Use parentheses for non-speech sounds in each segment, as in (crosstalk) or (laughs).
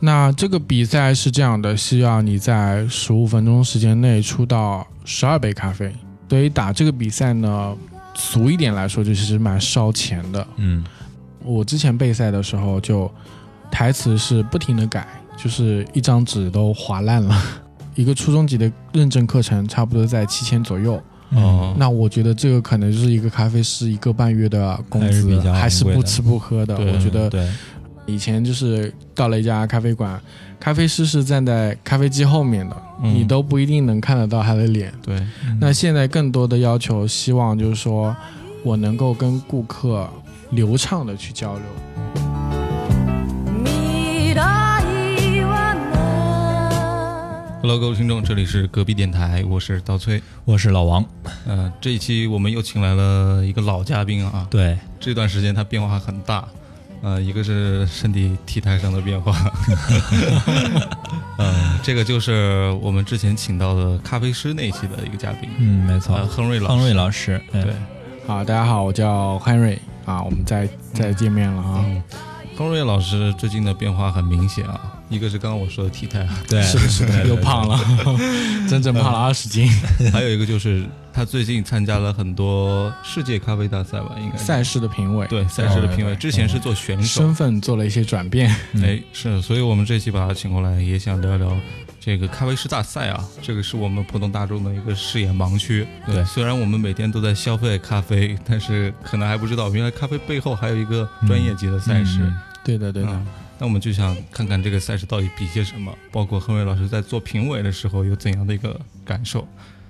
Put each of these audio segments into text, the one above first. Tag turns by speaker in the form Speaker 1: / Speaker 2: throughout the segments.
Speaker 1: 那这个比赛是这样的，需要你在十五分钟时间内出到十二杯咖啡。所以打这个比赛呢，俗一点来说，就是蛮烧钱的。
Speaker 2: 嗯
Speaker 1: 我之前备赛的时候就台词是不停的改，就是一张纸都划烂了。 (laughs) 一个初中级的认证课程差不多在七千左右，
Speaker 2: 哦，
Speaker 1: 嗯那我觉得这个可能就是一个咖啡师一个半月的工
Speaker 2: 还是
Speaker 1: 资
Speaker 2: 比，较
Speaker 1: 还是
Speaker 2: 昂贵
Speaker 1: 不
Speaker 2: 的
Speaker 1: 吃不喝的。
Speaker 3: 对
Speaker 1: 我觉得
Speaker 2: 对，
Speaker 1: 以前就是到了一家咖啡馆，咖啡师是站在咖啡机后面的，
Speaker 3: 嗯
Speaker 1: 你都不一定能看得到他的脸。
Speaker 3: 对，
Speaker 2: 嗯
Speaker 1: 那现在更多的要求，希望就是说我能够跟顾客流畅的去交流。
Speaker 4: 未来はな
Speaker 3: Hello，各位听众，这里是隔壁电台，我是刀崔。
Speaker 2: 我是老王，
Speaker 3: 呃，这一期我们又请来了一个老嘉宾啊，
Speaker 2: 对，
Speaker 3: 这段时间他变化很大，呃，一个是身体体态上的变化， (laughs) 呃，这个就是我们之前请到的咖啡师那一期的一个嘉宾，
Speaker 2: 嗯，没错
Speaker 3: 呃，，亨瑞老师，
Speaker 2: 康瑞老师，哎对
Speaker 3: 对，
Speaker 1: 啊，大家好，我叫 Henry 啊，我们再再见面了啊。
Speaker 3: 嗯，亨瑞老师最近的变化很明显啊，一个是刚刚我说的体态啊，
Speaker 2: 对，
Speaker 1: 是
Speaker 3: (laughs)
Speaker 1: 的，是的，又胖了， (laughs) 整整
Speaker 3: 嗯
Speaker 1: 胖了二十斤。
Speaker 3: 还有一个就是他最近参加了很多世界咖啡大赛吧，应该
Speaker 1: (laughs)
Speaker 3: 是
Speaker 1: 赛事的评委，哦
Speaker 3: 对赛事的评委，
Speaker 1: 对
Speaker 3: 之前是做选手，
Speaker 1: 身份做了一些转变。
Speaker 2: 嗯
Speaker 3: 哎是，所以我们这期把他请过来，也想聊聊这个咖啡师大赛啊，这个是我们普通大众的一个视野盲区。
Speaker 2: 对
Speaker 3: 虽然我们每天都在消费咖啡，但是可能还不知道原来咖啡背后还有一个专业级的赛事。
Speaker 2: 嗯
Speaker 1: 对的，对的
Speaker 3: 嗯。那我们就想看看这个赛事到底比些什么，包括亨瑞老师在做评委的时候有怎样的一个感受。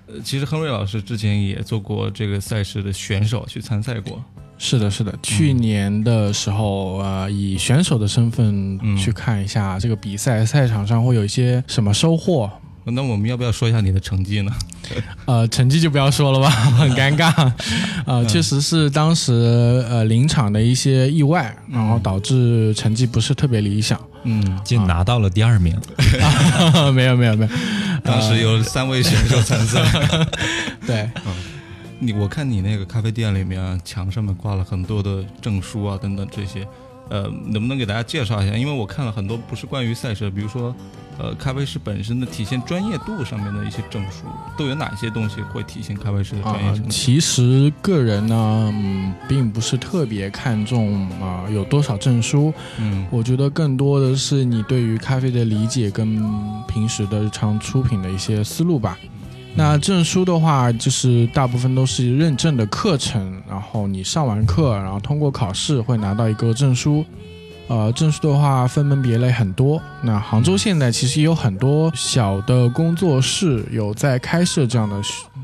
Speaker 3: 呃，其实亨瑞老师之前也做过这个赛事的选手，去参赛过。
Speaker 1: 是的，是的。去年的时候，呃，以选手的身份
Speaker 3: 嗯
Speaker 1: 去看一下这个比赛赛场上会有一些什么收获。
Speaker 3: 那我们要不要说一下你的成绩呢？
Speaker 1: 呃，成绩就不要说了吧， (laughs) 很尴尬。呃，确实是当时呃临场的一些意外，然后导致成绩不是特别理想。
Speaker 3: 嗯，
Speaker 2: 竟拿到了第二名，
Speaker 1: (laughs) 啊没有，没有，没有。
Speaker 3: 当时有三位选手参赛。
Speaker 1: 对，
Speaker 3: 你我看你那个咖啡店里面、啊、墙上面挂了很多的证书啊等等这些，呃，能不能给大家介绍一下？因为我看了很多不是关于赛事，比如说，呃，咖啡师本身的体现专业度上面的一些证书，都有哪些东西会体现咖啡师的
Speaker 1: 啊
Speaker 3: 专业程、度？嗯
Speaker 1: 其实个人呢，嗯，并不是特别看重啊、有多少证书，
Speaker 3: 嗯
Speaker 1: 我觉得更多的是你对于咖啡的理解跟平时的日常出品的一些思路吧。那证书的话，就是大部分都是认证的课程，然后你上完课，然后通过考试会拿到一个证书。呃，证书的话分门别类很多。那杭州现在其实也有很多小的工作室有在开设这样的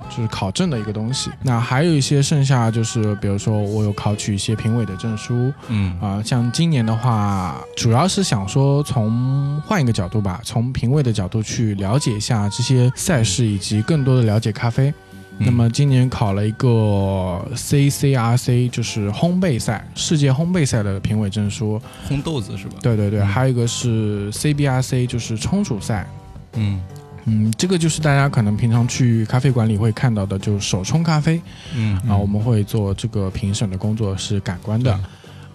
Speaker 1: 就是考证的一个东西。那还有一些剩下就是，比如说我有考取一些评委的证书，
Speaker 3: 嗯
Speaker 1: 啊、像今年的话，主要是想说从换一个角度吧，从评委的角度去了解一下这些赛事，以及更多的了解咖啡。
Speaker 3: 嗯
Speaker 1: 那么今年考了一个 CCRC，就是烘焙赛世界烘焙赛的评委证书。
Speaker 3: 烘豆子是吧？，
Speaker 1: 对对对，
Speaker 3: 嗯
Speaker 1: 还有一个是 CBRC，就是冲煮赛。
Speaker 3: 嗯
Speaker 1: 嗯，这个就是大家可能平常去咖啡馆里会看到的，就是手冲咖啡。
Speaker 3: 嗯
Speaker 1: 啊，我们会做这个评审的工作是感官的，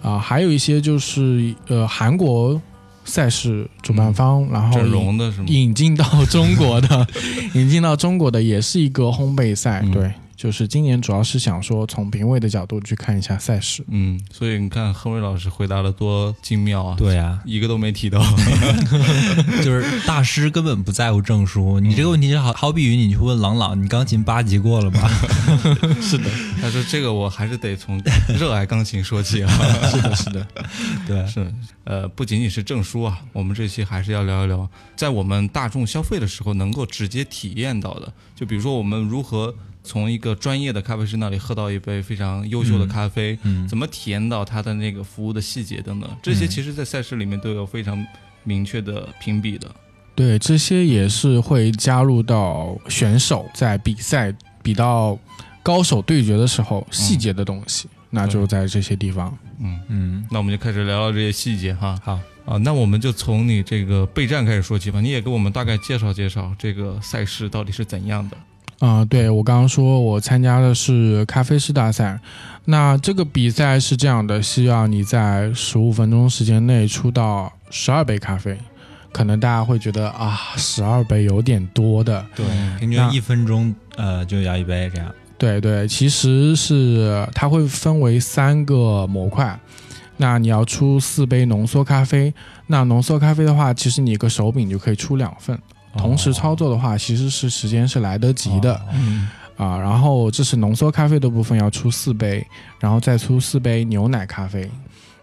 Speaker 1: 啊，还有一些就是呃韩国赛事主办方，嗯然后
Speaker 3: 整
Speaker 1: 引
Speaker 3: 嗯容的是吗？
Speaker 1: 引进到中国的， (laughs) 引进到中国的也是一个烘焙赛，
Speaker 3: 嗯
Speaker 1: 对，就是今年主要是想说从评委的角度去看一下赛事。
Speaker 3: 嗯，所以你看亨瑞老师回答的多精妙啊，，
Speaker 2: 对啊，
Speaker 3: 一个都没提
Speaker 1: (laughs)
Speaker 3: 到。
Speaker 2: 就是大师根本不在乎证书。你这个问题就好好比于你去问郎朗，你钢琴八级过了
Speaker 1: (laughs)
Speaker 2: 吗？
Speaker 3: 他说这个我还是得从热爱钢琴说起啊。
Speaker 1: (laughs) 是的，是的，
Speaker 2: 对，
Speaker 3: 是，呃，不仅仅是证书啊，我们这期还是要聊一聊，在我们大众消费的时候能够直接体验到的，就比如说我们如何从一个专业的咖啡师那里喝到一杯非常优秀的咖啡，
Speaker 2: 嗯
Speaker 3: 怎么体验到它的那个服务的细节等等，这些其实在赛事里面都有非常明确的评比的。
Speaker 1: 对，这些也是会加入到选手在比赛比到高手对决的时候细节的东西，那就在这些地方。
Speaker 3: 嗯，
Speaker 2: 嗯，
Speaker 3: 那我们就开始聊聊这些细节哈。
Speaker 2: 好，
Speaker 3: 啊，那我们就从你这个备战开始说起吧，你也给我们大概介绍介绍这个赛事到底是怎样的。
Speaker 1: 啊、对我刚刚说，我参加的是咖啡师大赛。那这个比赛是这样的，需要你在十五分钟时间内出到十二杯咖啡。可能大家会觉得啊，十二杯有点多的。
Speaker 3: 对，
Speaker 2: 平均
Speaker 1: 那
Speaker 2: 一分钟呃就摇一杯这样。
Speaker 1: 对对，其实是它会分为三个模块。那你要出四杯浓缩咖啡，那浓缩咖啡的话，其实你一个手柄就可以出两份，同时操作的话，其实是时间是来得及的。
Speaker 2: 哦
Speaker 3: 嗯，
Speaker 1: 啊，然后这是浓缩咖啡的部分要出四杯，然后再出四杯牛奶咖啡。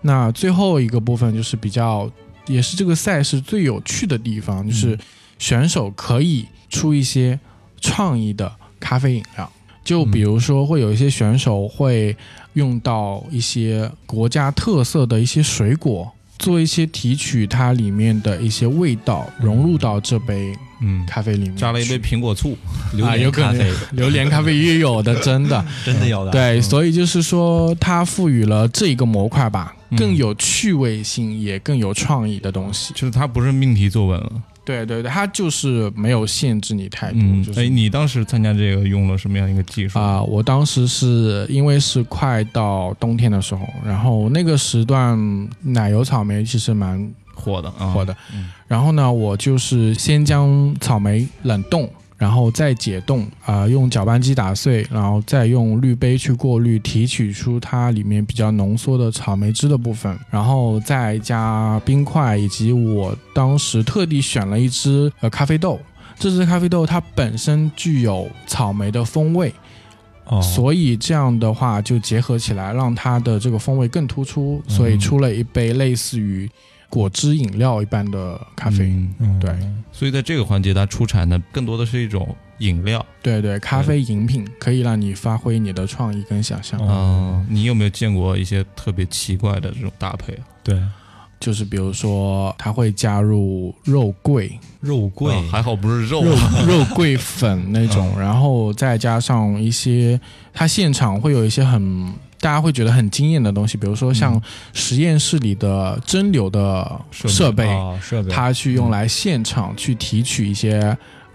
Speaker 1: 那最后一个部分就是比较，也是这个赛事最有趣的地方，
Speaker 3: 嗯
Speaker 1: 就是选手可以出一些创意的咖啡饮料。就
Speaker 3: 嗯
Speaker 1: 比如说，会有一些选手会用到一些国家特色的一些水果，做一些提取它里面的一些味道，融入到这杯
Speaker 3: 嗯，
Speaker 1: 咖啡里面去。
Speaker 3: 加了一杯苹果醋，
Speaker 2: 榴
Speaker 1: 啊
Speaker 2: 莲
Speaker 1: 有可
Speaker 2: 咖
Speaker 1: 能
Speaker 2: 啡
Speaker 1: 榴莲咖啡也有的，真的。
Speaker 2: 真的有的。
Speaker 1: 对，
Speaker 2: 嗯
Speaker 1: 所以就是说，它赋予了这个模块吧，
Speaker 3: 嗯
Speaker 1: 更有趣味性，也更有创意的东西。
Speaker 3: 就是它不是命题作文了。
Speaker 1: 对对对，它就是没有限制你太多，
Speaker 3: 嗯
Speaker 1: 就，是
Speaker 3: 哎，你当时参加这个用了什么样一个技术？
Speaker 1: 啊、我当时是因为是快到冬天的时候，然后那个时段奶油草莓其实蛮
Speaker 3: 火的啊，
Speaker 1: 火的，
Speaker 3: 嗯
Speaker 1: 然后呢，我就是先将草莓冷冻。然后再解冻啊、用搅拌机打碎，然后再用滤杯去过滤，提取出它里面比较浓缩的草莓汁的部分，然后再加冰块，以及我当时特地选了一只呃咖啡豆。这只咖啡豆它本身具有草莓的风味，
Speaker 2: 哦
Speaker 1: 所以这样的话就结合起来，让它的这个风味更突出，所以出了一杯类似于果汁饮料一般的咖啡。
Speaker 3: 嗯
Speaker 2: 嗯
Speaker 1: 对
Speaker 3: 所以在这个环节，它出产的更多的是一种饮料。
Speaker 1: 对对，咖啡饮品可以让你发挥你的创意跟想象，
Speaker 2: 嗯
Speaker 3: 啊，你有没有见过一些特别奇怪的这种搭配啊？
Speaker 2: 对
Speaker 1: 就是比如说它会加入肉桂、
Speaker 2: 肉桂
Speaker 3: 啊还好不是肉
Speaker 1: 肉嗯肉桂粉那种，然后再加上一些，它现场会有一些很。大家会觉得很惊艳的东西，比如说像实验室里的蒸馏的
Speaker 3: 设
Speaker 1: 嗯设备，
Speaker 3: 备
Speaker 2: 哦设备
Speaker 1: 它去用来现场去提取一些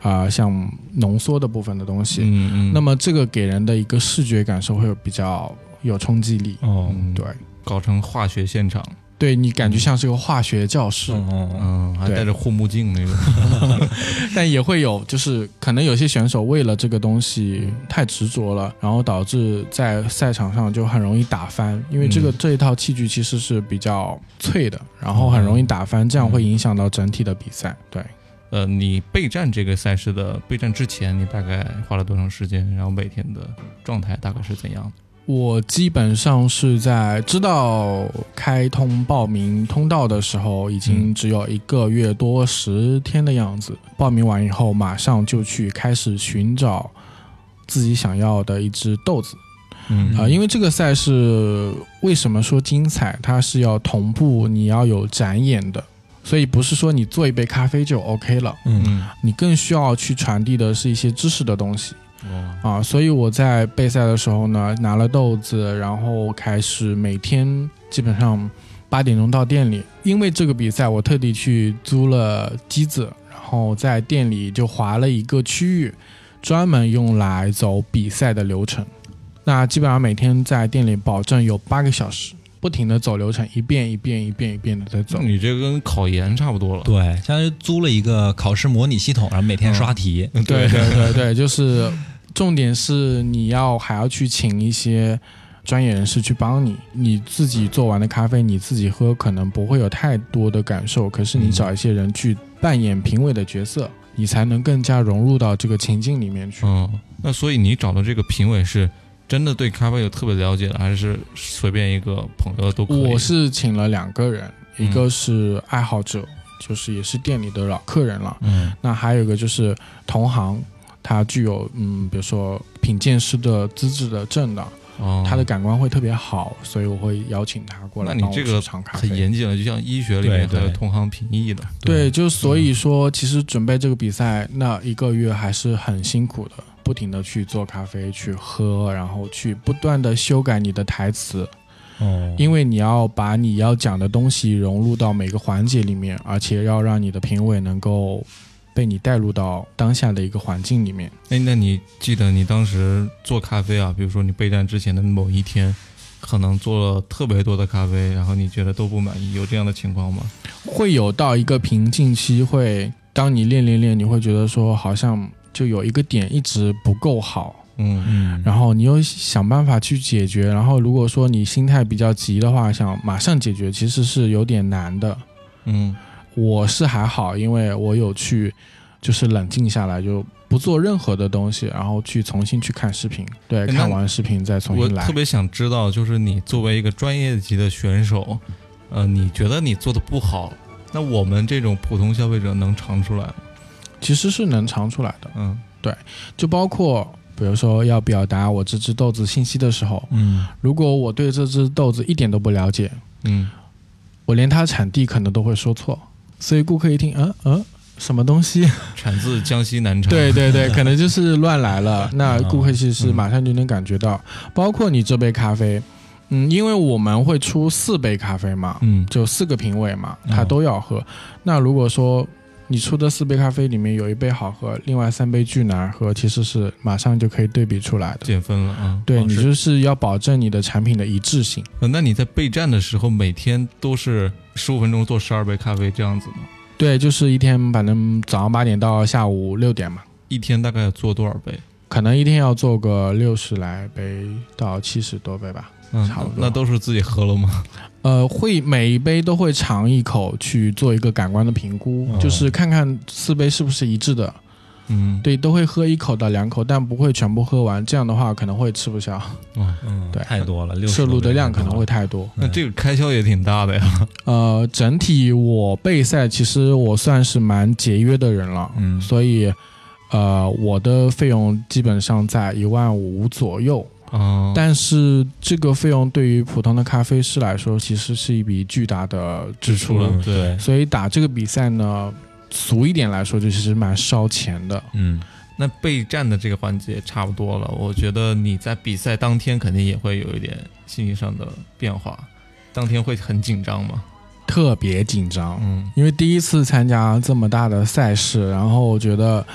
Speaker 1: 啊、呃像浓缩的部分的东西。
Speaker 3: 嗯嗯
Speaker 1: 那么这个给人的一个视觉感受会有比较有冲击力。
Speaker 2: 哦
Speaker 3: 嗯
Speaker 1: 对，
Speaker 3: 搞成化学现场，
Speaker 1: 对你感觉像是个化学教室，
Speaker 2: 嗯嗯嗯
Speaker 3: 嗯，还
Speaker 1: 对
Speaker 3: 戴着护目镜那种，
Speaker 1: (laughs) 但也会有就是可能有些选手为了这个东西太执着了，然后导致在赛场上就很容易打翻，因为这个、
Speaker 3: 嗯
Speaker 1: 这一套器具其实是比较脆的，然后很容
Speaker 3: 哦
Speaker 1: 易打翻，这样
Speaker 3: 嗯
Speaker 1: 会影响到整体的比赛。对。
Speaker 3: 呃，你备战这个赛事的备战之前，你大概花了多长时间？然后每天的状态大概是怎样？
Speaker 1: 我基本上是在知道开通报名通道的时候，已经只有一个月多十天的样子。报名完以后，马上就去开始寻找自己想要的一只豆子
Speaker 2: 嗯
Speaker 1: 啊、因为这个赛事为什么说精彩？它是要同步，你要有展演的，所以不是说你做一杯咖啡就 OK 了，
Speaker 2: 嗯
Speaker 3: 嗯，
Speaker 1: 你更需要去传递的是一些知识的东西。
Speaker 2: 嗯
Speaker 3: 哇，
Speaker 1: 啊，所以我在备赛的时候呢，拿了豆子，然后开始每天基本上八点钟到店里。因为这个比赛，我特地去租了机子，然后在店里就划了一个区域，专门用来走比赛的流程。那基本上每天在店里保证有八个小时，不停的走流程，一遍一遍一遍一遍的在走
Speaker 3: 那。你这跟考研差不多了。
Speaker 2: 对，相当于租了一个考试模拟系统，然后每天刷题。 (laughs)
Speaker 1: 对对对对， (laughs) 就是重点是你要还要去请一些专业人士去帮你，你自己做完的咖啡你自己喝可能不会有太多的感受，可是你找一些人去扮演评委的角色，你才能更加融入到这个情境里面去。
Speaker 3: 嗯，那所以你找的这个评委是真的对咖啡有特别了解的，还是随便一个朋友都可以？
Speaker 1: 我是请了两个人，一个是爱好者，就是也是店里的老客人了，
Speaker 2: 嗯
Speaker 1: 那还有一个就是同行。他具有嗯，比如说品鉴师的资质的证的，
Speaker 3: 哦，
Speaker 1: 他的感官会特别好，所以我会邀请他过来
Speaker 3: 那你
Speaker 1: 帮我
Speaker 3: 这个
Speaker 1: 去尝咖啡。
Speaker 3: 很严谨了，就像医学里面
Speaker 2: 对
Speaker 3: 还
Speaker 2: 对
Speaker 3: 有同行评议的。
Speaker 1: 对，就所以说，其实准备这个比赛那一个月还是很辛苦的，不停的去做咖啡，去喝，然后去不断的修改你的台词，
Speaker 2: 哦，
Speaker 1: 因为你要把你要讲的东西融入到每个环节里面，而且要让你的评委能够被你带入到当下的一个环境里面。
Speaker 3: 哎，那你记得你当时做咖啡啊，比如说你备战之前的某一天，可能做了特别多的咖啡，然后你觉得都不满意，有这样的情况吗？
Speaker 1: 会有到一个瓶颈期会，当你练练练，你会觉得说好像就有一个点一直不够好，
Speaker 3: 嗯
Speaker 2: 嗯，
Speaker 1: 然后你又想办法去解决。然后如果说你心态比较急的话，想马上解决其实是有点难的。
Speaker 3: 嗯
Speaker 1: 我是还好，因为我有去就是冷静下来，就不做任何的东西，然后去重新去看视频，对，
Speaker 3: 那
Speaker 1: 看完视频再重
Speaker 3: 我
Speaker 1: 新来
Speaker 3: 特。别想知道，就是你作为一个专业级的选手，呃，你觉得你做的不好，那我们这种普通消费者能尝出来吗？
Speaker 1: 其实是能尝出来的，
Speaker 3: 嗯
Speaker 1: 就包括比如说要表达我这只豆子信息的时候，
Speaker 2: 嗯
Speaker 1: 如果我对这只豆子一点都不了解，
Speaker 3: 嗯
Speaker 1: 我连它产地可能都会说错，所以顾客一听，嗯嗯，什么东西？ (laughs)
Speaker 3: 产自江西南昌。
Speaker 1: 对，对
Speaker 2: (laughs)
Speaker 1: 对，可能就是乱来了。那顾客其实马上就能感觉到，包括你这杯咖啡，嗯，因为我们会出四杯咖啡嘛，
Speaker 3: 嗯
Speaker 1: 就四个评委嘛，
Speaker 2: 嗯
Speaker 1: 他都要喝。那如果说你出的四杯咖啡里面有一杯好喝，另外三杯巨难喝，其实是马上就可以对比出来的。
Speaker 3: 减分了啊。
Speaker 1: 对
Speaker 2: 哦
Speaker 1: 你
Speaker 2: 是
Speaker 1: 就是要保证你的产品的一致性。
Speaker 3: 呃那你在备战的时候，每天都是十五分钟做十二杯咖啡这样子吗？
Speaker 1: 对，就是一天，反正早上八点到下午六点嘛，
Speaker 3: 一天大概要做多少杯？
Speaker 1: 可能一天要做个六十来杯到七十多杯吧。
Speaker 3: 嗯
Speaker 1: 差不多
Speaker 3: 那都是自己喝了吗？
Speaker 1: 呃，会每一杯都会尝一口去做一个感官的评估，
Speaker 2: 哦
Speaker 1: 就是看看四杯是不是一致的。
Speaker 3: 嗯，
Speaker 1: 对，都会喝一口到两口，但不会全部喝完。这样的话可能会吃不消，
Speaker 3: 哦，
Speaker 2: 嗯，
Speaker 1: 对
Speaker 2: 太多了，60
Speaker 1: 摄入的量可能会
Speaker 2: 多
Speaker 1: 太多。
Speaker 2: 了
Speaker 3: 那这个开销也挺大的呀。
Speaker 1: 呃，整体我备赛其实我算是蛮节约的人了，
Speaker 2: 嗯
Speaker 1: 所以呃，我的费用基本上在一万五左右。
Speaker 2: 嗯
Speaker 3: 哦，
Speaker 1: 但是这个费用对于普通的咖啡师来说，其实是一笔巨大的支出了。
Speaker 2: 嗯
Speaker 3: 对
Speaker 2: 对，
Speaker 1: 所以打这个比赛呢，俗一点来说，就其实蛮烧钱的。
Speaker 2: 嗯，
Speaker 3: 那备战的这个环节差不多了，我觉得你在比赛当天肯定也会有一点心理上的变化，当天会很紧张吗？
Speaker 1: 特别紧张，
Speaker 3: 嗯
Speaker 1: 因为第一次参加这么大的赛事，然后我觉得，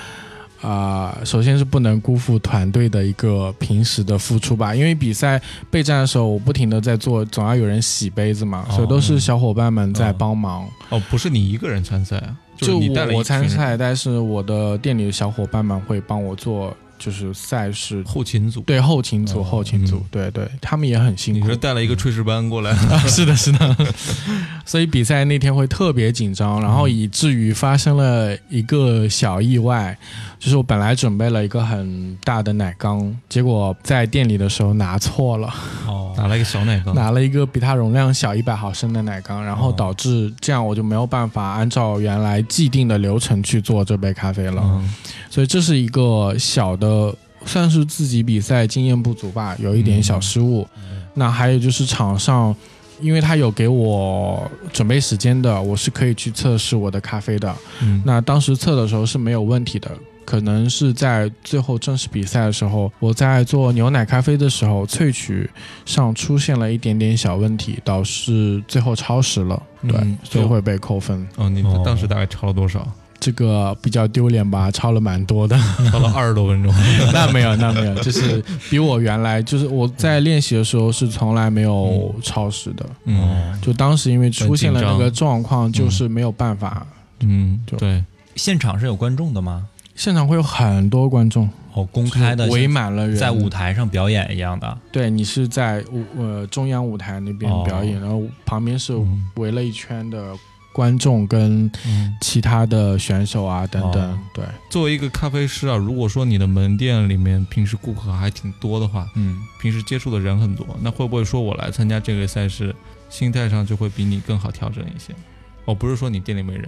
Speaker 1: 啊、首先是不能辜负团队的一个平时的付出吧，因为比赛备战的时候，我不停的在做，总要有人洗杯子嘛，
Speaker 2: 哦
Speaker 1: 所以都是小伙伴们在
Speaker 3: 嗯
Speaker 1: 帮忙。
Speaker 3: 哦，不是你一个人参赛啊，是
Speaker 1: 就
Speaker 3: 你带了
Speaker 1: 我我
Speaker 3: 一群人
Speaker 1: 参赛，但是我的店里的小伙伴们会帮我做，就是赛事
Speaker 3: 后勤组，
Speaker 1: 对后勤组、
Speaker 2: 哦
Speaker 1: 后勤组
Speaker 2: 嗯，
Speaker 1: 对对，他们也很辛
Speaker 3: 你
Speaker 1: 苦
Speaker 3: 是。带了一个炊事班过来， (laughs)
Speaker 1: 是的，是的。 (laughs) 所以比赛那天会特别紧张，然后
Speaker 3: 嗯
Speaker 1: 以至于发生了一个小意外，就是我本来准备了一个很大的奶缸，结果在店里的时候拿错了，
Speaker 2: 哦，
Speaker 3: 拿了一个小奶 (laughs) 缸，
Speaker 1: 拿了一个比它容量小一百毫升的奶缸，然后
Speaker 2: 哦
Speaker 1: 导致这样我就没有办法按照原来既定的流程去做这杯咖啡了。
Speaker 3: 嗯
Speaker 1: 所以这是一个小的，算是自己比赛经验不足吧，有一点小失误。
Speaker 3: 嗯
Speaker 1: 那还有就是场上，因为他有给我准备时间的，我是可以去测试我的咖啡的。
Speaker 3: 嗯，
Speaker 1: 那当时测的时候是没有问题的。可能是在最后正式比赛的时候，我在做牛奶咖啡的时候，萃取上出现了一点点小问题，导致最后超时了，对，
Speaker 3: 嗯
Speaker 1: 所以会被扣分。
Speaker 3: 哦，你
Speaker 2: 哦
Speaker 3: 当时大概超了多 (laughs) 少？
Speaker 1: 这个比较丢脸吧，超了蛮多的。
Speaker 3: 超了二十多分钟，
Speaker 1: (laughs) 那没有，那没有，就是比我原来就是我在练习的时候是从来没有超时的，
Speaker 3: 嗯
Speaker 1: 就当时因为出现了那个状况，就是没有办法。
Speaker 3: 嗯，
Speaker 1: 就
Speaker 3: 对，
Speaker 2: 现场是有观众的吗？
Speaker 1: 现场会有很多观众，
Speaker 2: 哦，公开的，
Speaker 1: 围满了人，
Speaker 2: 在舞台上表演一样的，
Speaker 1: 对你是在舞呃中央舞台那边表
Speaker 2: 哦
Speaker 1: 演，然后旁边是
Speaker 3: 嗯
Speaker 1: 围了一圈的观众跟
Speaker 3: 嗯。
Speaker 1: 其他的选手啊等等，
Speaker 2: 哦
Speaker 1: 对。
Speaker 3: 作为一个咖啡师啊，如果说你的门店里面平时顾客还挺多的话，
Speaker 2: 嗯，
Speaker 3: 平时接触的人很多，那会不会说我来参加这个赛事，心态上就会比你更好调整一些？哦，不是说你店里没人，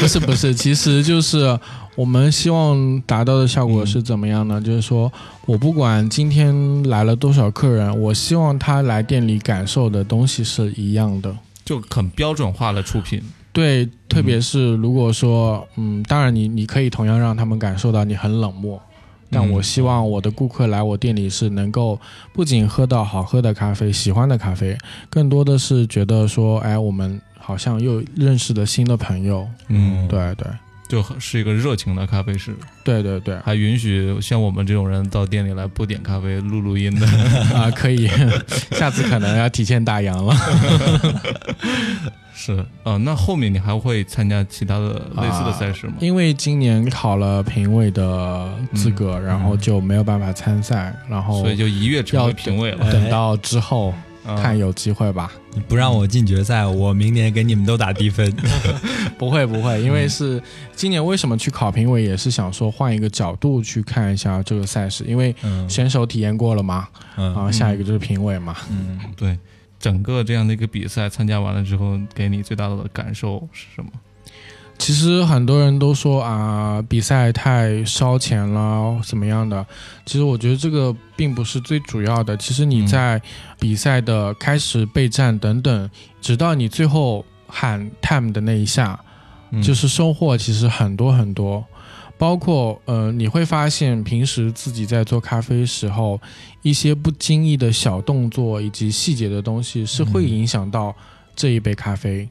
Speaker 1: 不是不是，其实就是我们希望达到的效果是怎么样呢？就是说我不管今天来了多少客人，我希望他来店里感受的东西是一样的。
Speaker 3: 就很标准化的出品。
Speaker 1: 对，特别是如果说，嗯，当然你你可以同样让他们感受到你很冷漠，但
Speaker 3: 嗯
Speaker 1: 我希望我的顾客来我店里是能够不仅喝到好喝的咖啡、喜欢的咖啡，更多的是觉得说，哎，我们好像又认识了新的朋友。
Speaker 2: 嗯
Speaker 1: 对对，
Speaker 3: 就是一个热情的咖啡师，
Speaker 1: 对对对，
Speaker 3: 还允许像我们这种人到店里来不点咖啡录录音的。 (laughs)
Speaker 1: 啊，可以， (laughs) 下次可能要提前打烊了。 (laughs)
Speaker 3: 是啊、那后面你还会参加其他的类似的赛事吗？
Speaker 1: 啊因为今年考了评委的资格，然后就没有办法参赛，然后
Speaker 3: 嗯所以就一跃成为评委了。
Speaker 1: 等到之后、
Speaker 3: 啊
Speaker 1: 看有机会吧。
Speaker 2: 你不让我进决赛，我明年给你们都打低分。
Speaker 1: 不会不会，因为是今年为什么去考评委，也是想说换一个角度去看一下这个赛事，因为
Speaker 2: 嗯
Speaker 1: 选手体验过了嘛，然
Speaker 2: 嗯
Speaker 1: 后下一个就是评委嘛。
Speaker 2: 嗯，
Speaker 3: 对，整个这样的一个比赛参加完了之后，给你最大的感受是什么？
Speaker 1: 其实很多人都说啊，比赛太烧钱了，怎么样的？其实我觉得这个并不是最主要的。其实你
Speaker 3: 嗯
Speaker 1: 在比赛的开始、备战等等，直到你最后喊 time 的那一下，
Speaker 3: 嗯
Speaker 1: 就是收获其实很多很多。包括呃，你会发现平时自己在做咖啡时候，一些不经意的小动作以及细节的东西，是会
Speaker 2: 嗯
Speaker 1: 影响到这一杯咖啡。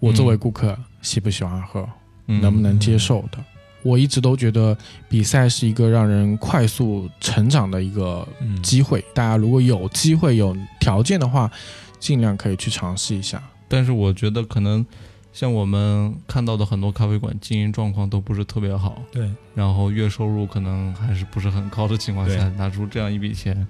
Speaker 1: 我作为顾客喜不喜欢喝，能不能接受的。我一直都觉得比赛是一个让人快速成长的一个
Speaker 2: 嗯
Speaker 1: 机会，大家如果有机会、有条件的话，尽量可以去尝试一下。
Speaker 3: 但是我觉得可能像我们看到的很多咖啡馆经营状况都不是特别好，
Speaker 2: 对，
Speaker 3: 然后月收入可能还是不是很高的情况下
Speaker 2: 对，
Speaker 3: 拿出这样一笔钱，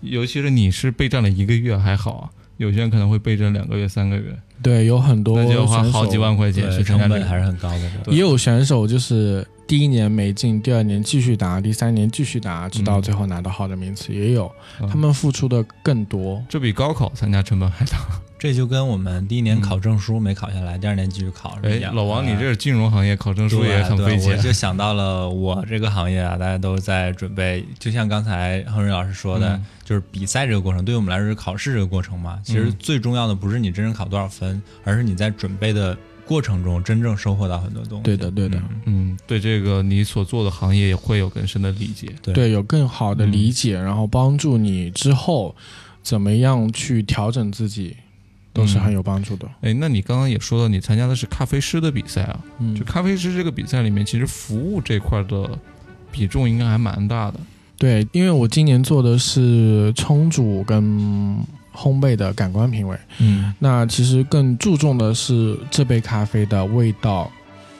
Speaker 3: 尤其是你是备战了一个月还好啊，有些人可能会备战两个月、三个月，
Speaker 1: 对，有很多
Speaker 3: 那就要花
Speaker 1: 选手
Speaker 3: 好几万块钱去
Speaker 2: 对，成
Speaker 3: 参加这
Speaker 2: 本
Speaker 3: 个
Speaker 2: 还是很高的。
Speaker 1: 也有选手就是第一年没进，第二年继续打，第三年继续打，直到最后拿到好的名次。也有
Speaker 3: 嗯
Speaker 1: 他们付出的更多。
Speaker 3: 这比高考参加成本还大。
Speaker 2: 这就跟我们第一年考证书没考下来，第二年继续考是
Speaker 3: 嗯哎
Speaker 2: 一，样的。啊
Speaker 3: 老王，你这是金融行业，考证
Speaker 2: 对啊
Speaker 3: 书也很
Speaker 2: 对
Speaker 3: 费
Speaker 2: 我就
Speaker 3: 钱。
Speaker 2: 想到了我这个行业啊，大家都在准备，就像刚才亨瑞老师说的，
Speaker 3: 嗯
Speaker 2: 就是比赛这个过程，对于我们来说是考试这个过程嘛。其实
Speaker 3: 嗯
Speaker 2: 最重要的不是你真正考多少分，而是你在准备的过程中真正收获到很多东西。
Speaker 1: 对的，对的。
Speaker 2: 嗯
Speaker 3: 嗯，对这个你所做的行业也会有更深的理解。
Speaker 2: 对
Speaker 1: 对，有更好的理解，然后帮助你之后怎么样去调整自己，都是很有帮助的。
Speaker 3: 哎，那你刚刚也说到，你参加的是咖啡师的比赛啊？
Speaker 1: 嗯，
Speaker 3: 就咖啡师这个比赛里面，其实服务这块的比重应该还蛮大的。
Speaker 1: 对，因为我今年做的是冲煮跟烘焙的感官品味，
Speaker 3: 嗯
Speaker 1: 那其实更注重的是这杯咖啡的味道。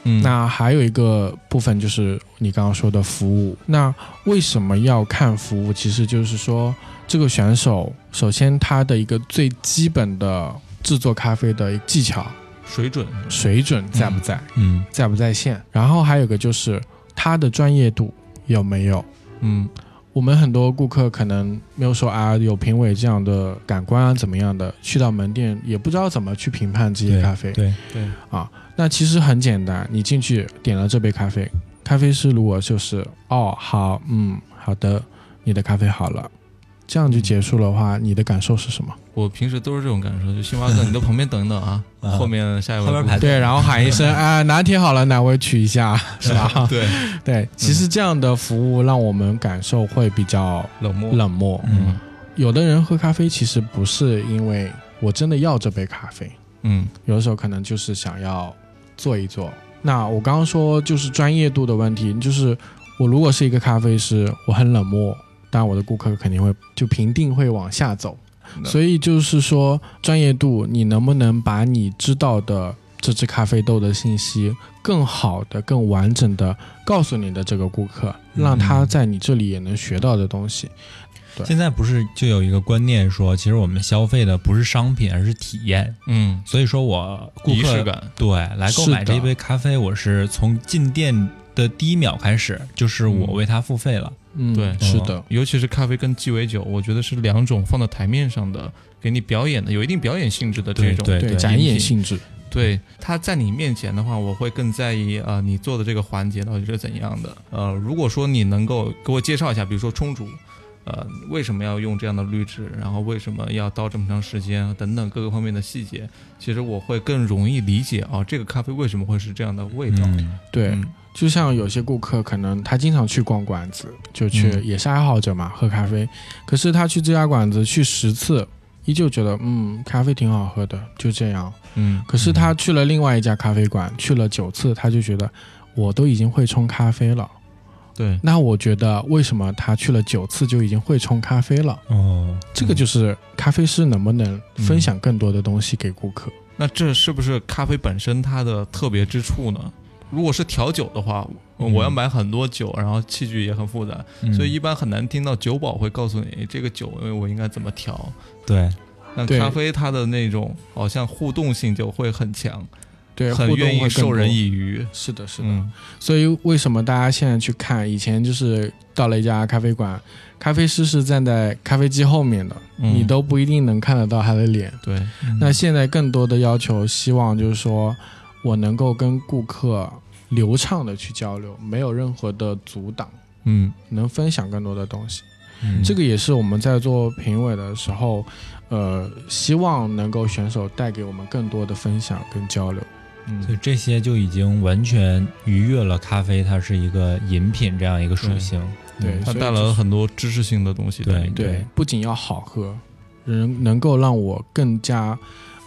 Speaker 3: 嗯
Speaker 1: 那还有一个部分就是你刚刚说的服务。那为什么要看服务？其实就是说，这个选手首先他的一个最基本的制作咖啡的技巧，
Speaker 3: 水准，
Speaker 1: 水准在不在，
Speaker 2: 嗯
Speaker 1: 在不在线。然后还有个就是他的专业度有没有。
Speaker 3: 嗯
Speaker 1: 我们很多顾客可能没有说啊，有评委这样的感官啊，怎么样的，去到门店也不知道怎么去评判这些咖啡。
Speaker 2: 对，
Speaker 3: 对，
Speaker 1: 那其实很简单，你进去点了这杯咖啡，咖啡师如果就是哦好，嗯好的，你的咖啡好了，这样就结束了的话，你的感受是什么？
Speaker 3: 我平时都是这种感受，就星巴克，你到旁边等等啊，
Speaker 2: 啊
Speaker 3: 后面下一位
Speaker 2: 后边排队
Speaker 1: 对，然后喊一声啊拿铁好了，哪位取一下，是吧？
Speaker 3: 对
Speaker 1: (laughs) 对，其实这样的服务让我们感受会比较
Speaker 3: 冷漠，
Speaker 1: 冷漠。
Speaker 3: 嗯
Speaker 1: 有的人喝咖啡其实不是因为我真的要这杯咖啡，
Speaker 3: 嗯
Speaker 1: 有的时候可能就是想要做一做。那我刚刚说就是专业度的问题，就是我如果是一个咖啡师，我很冷漠，但我的顾客肯定会就评定会往下走。
Speaker 2: 嗯
Speaker 3: 那
Speaker 1: 所以就是说，专业度，你能不能把你知道的这只咖啡豆的信息，更好的、更完整的告诉你的这个顾客，让
Speaker 2: 嗯
Speaker 1: 他在你这里也能学到的东西。对
Speaker 2: 现在不是就有一个观念说，其实我们消费的不是商品，而是体验。
Speaker 3: 嗯，
Speaker 2: 所以说我顾
Speaker 3: 仪
Speaker 2: 客
Speaker 3: 式感，
Speaker 2: 对来购买
Speaker 1: 是的
Speaker 2: 这杯咖啡，我是从进店的第一秒开始，就是我
Speaker 3: 嗯
Speaker 2: 为它付费了。
Speaker 1: 嗯，
Speaker 3: 对
Speaker 1: 是的。
Speaker 2: 哦
Speaker 3: 尤其是咖啡跟鸡尾酒，我觉得是两种放到台面上的，给你表演的，有一定表演性质的这
Speaker 2: 对
Speaker 3: 种。
Speaker 2: 对
Speaker 1: 对，展演性质。
Speaker 3: 对，他在你面前的话，我会更在意啊、呃你做的这个环节到底是怎样的。呃，如果说你能够给我介绍一下，比如说冲煮，呃，为什么要用这样的滤纸，然后为什么要倒这么长时间等等各个方面的细节，其实我会更容易理解啊、这个咖啡为什么会是这样的味道。
Speaker 2: 嗯，
Speaker 1: 对，
Speaker 3: 嗯
Speaker 1: 就像有些顾客可能他经常去逛馆子，就去、
Speaker 3: 嗯
Speaker 1: 也是爱好者嘛，喝咖啡。可是他去这家馆子去十次，依旧觉得嗯，咖啡挺好喝的，就这样。
Speaker 3: 嗯
Speaker 1: 可是他去了另外一家咖啡馆，去了九次，他就觉得我都已经会冲咖啡了，
Speaker 3: 对，
Speaker 1: 那我觉得为什么他去了九次就已经会冲咖啡
Speaker 3: 嗯
Speaker 1: 了？
Speaker 2: 哦，
Speaker 1: 这个就是咖啡师能不能分享更多的东西给顾客。
Speaker 3: 那这是不是咖啡本身它的特别之处呢？如果是调酒的话，
Speaker 2: 嗯
Speaker 3: 我要买很多酒，然后器具也很复杂，
Speaker 2: 嗯
Speaker 3: 所以一般很难听到酒保会告诉你哎这个酒呃我应该怎么调。
Speaker 2: 对，
Speaker 3: 但
Speaker 1: 对
Speaker 3: 咖啡它的那种好像互动性就会很强，
Speaker 1: 对，
Speaker 3: 很
Speaker 1: 互动
Speaker 3: 愿
Speaker 1: 会
Speaker 3: 意
Speaker 1: 更
Speaker 3: 授人
Speaker 1: 多。
Speaker 3: 以渔。
Speaker 1: 是的，是的。
Speaker 3: 嗯，
Speaker 1: 所以为什么大家现在去看？以前就是到了一家咖啡馆，咖啡师是站在咖啡机后面的，
Speaker 3: 嗯
Speaker 1: 你都不一定能看得到他的脸。
Speaker 3: 对，
Speaker 2: 嗯
Speaker 1: 那现在更多的要求，希望就是说我能够跟顾客流畅的去交流，没有任何的阻挡，
Speaker 3: 嗯，
Speaker 1: 能分享更多的东西。
Speaker 2: 嗯
Speaker 1: 这个也是我们在做评委的时候，呃，希望能够选手带给我们更多的分享跟交流。
Speaker 2: 所以这些就已经完全逾越了咖啡它是一个饮品这样一个属性。嗯
Speaker 1: 对
Speaker 3: 它
Speaker 1: 所以
Speaker 3: 带
Speaker 1: 就
Speaker 3: 了
Speaker 1: 是
Speaker 3: 很多知识性的东西在里面。
Speaker 2: 对
Speaker 1: 对，不仅要好喝，能能够让我更加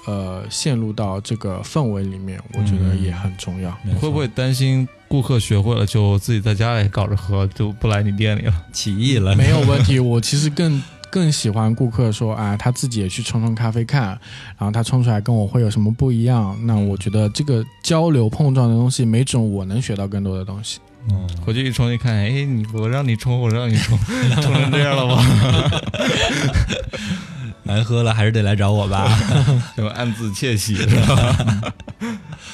Speaker 1: 呃陷入到这个氛围里面，我觉得
Speaker 2: 嗯
Speaker 1: 也很重要。
Speaker 2: 没错
Speaker 3: 会不会担心顾客学会了就自己在家里搞着喝，就不来你店里了？
Speaker 2: 起义了？
Speaker 1: 没有问
Speaker 2: (laughs)
Speaker 1: 题，我其实更更喜欢顾客说啊，他自己也去冲冲咖啡看，然后他冲出来跟我会有什么不一样？那我觉得这个交流碰撞的东西，没准我能学到更多的东西。
Speaker 2: 嗯，
Speaker 3: 回去一冲一看，哎，你我让你冲，我让你冲，冲成这样了吗？
Speaker 2: 难喝了还是得来找我吧。
Speaker 3: 就暗自窃喜，是吧？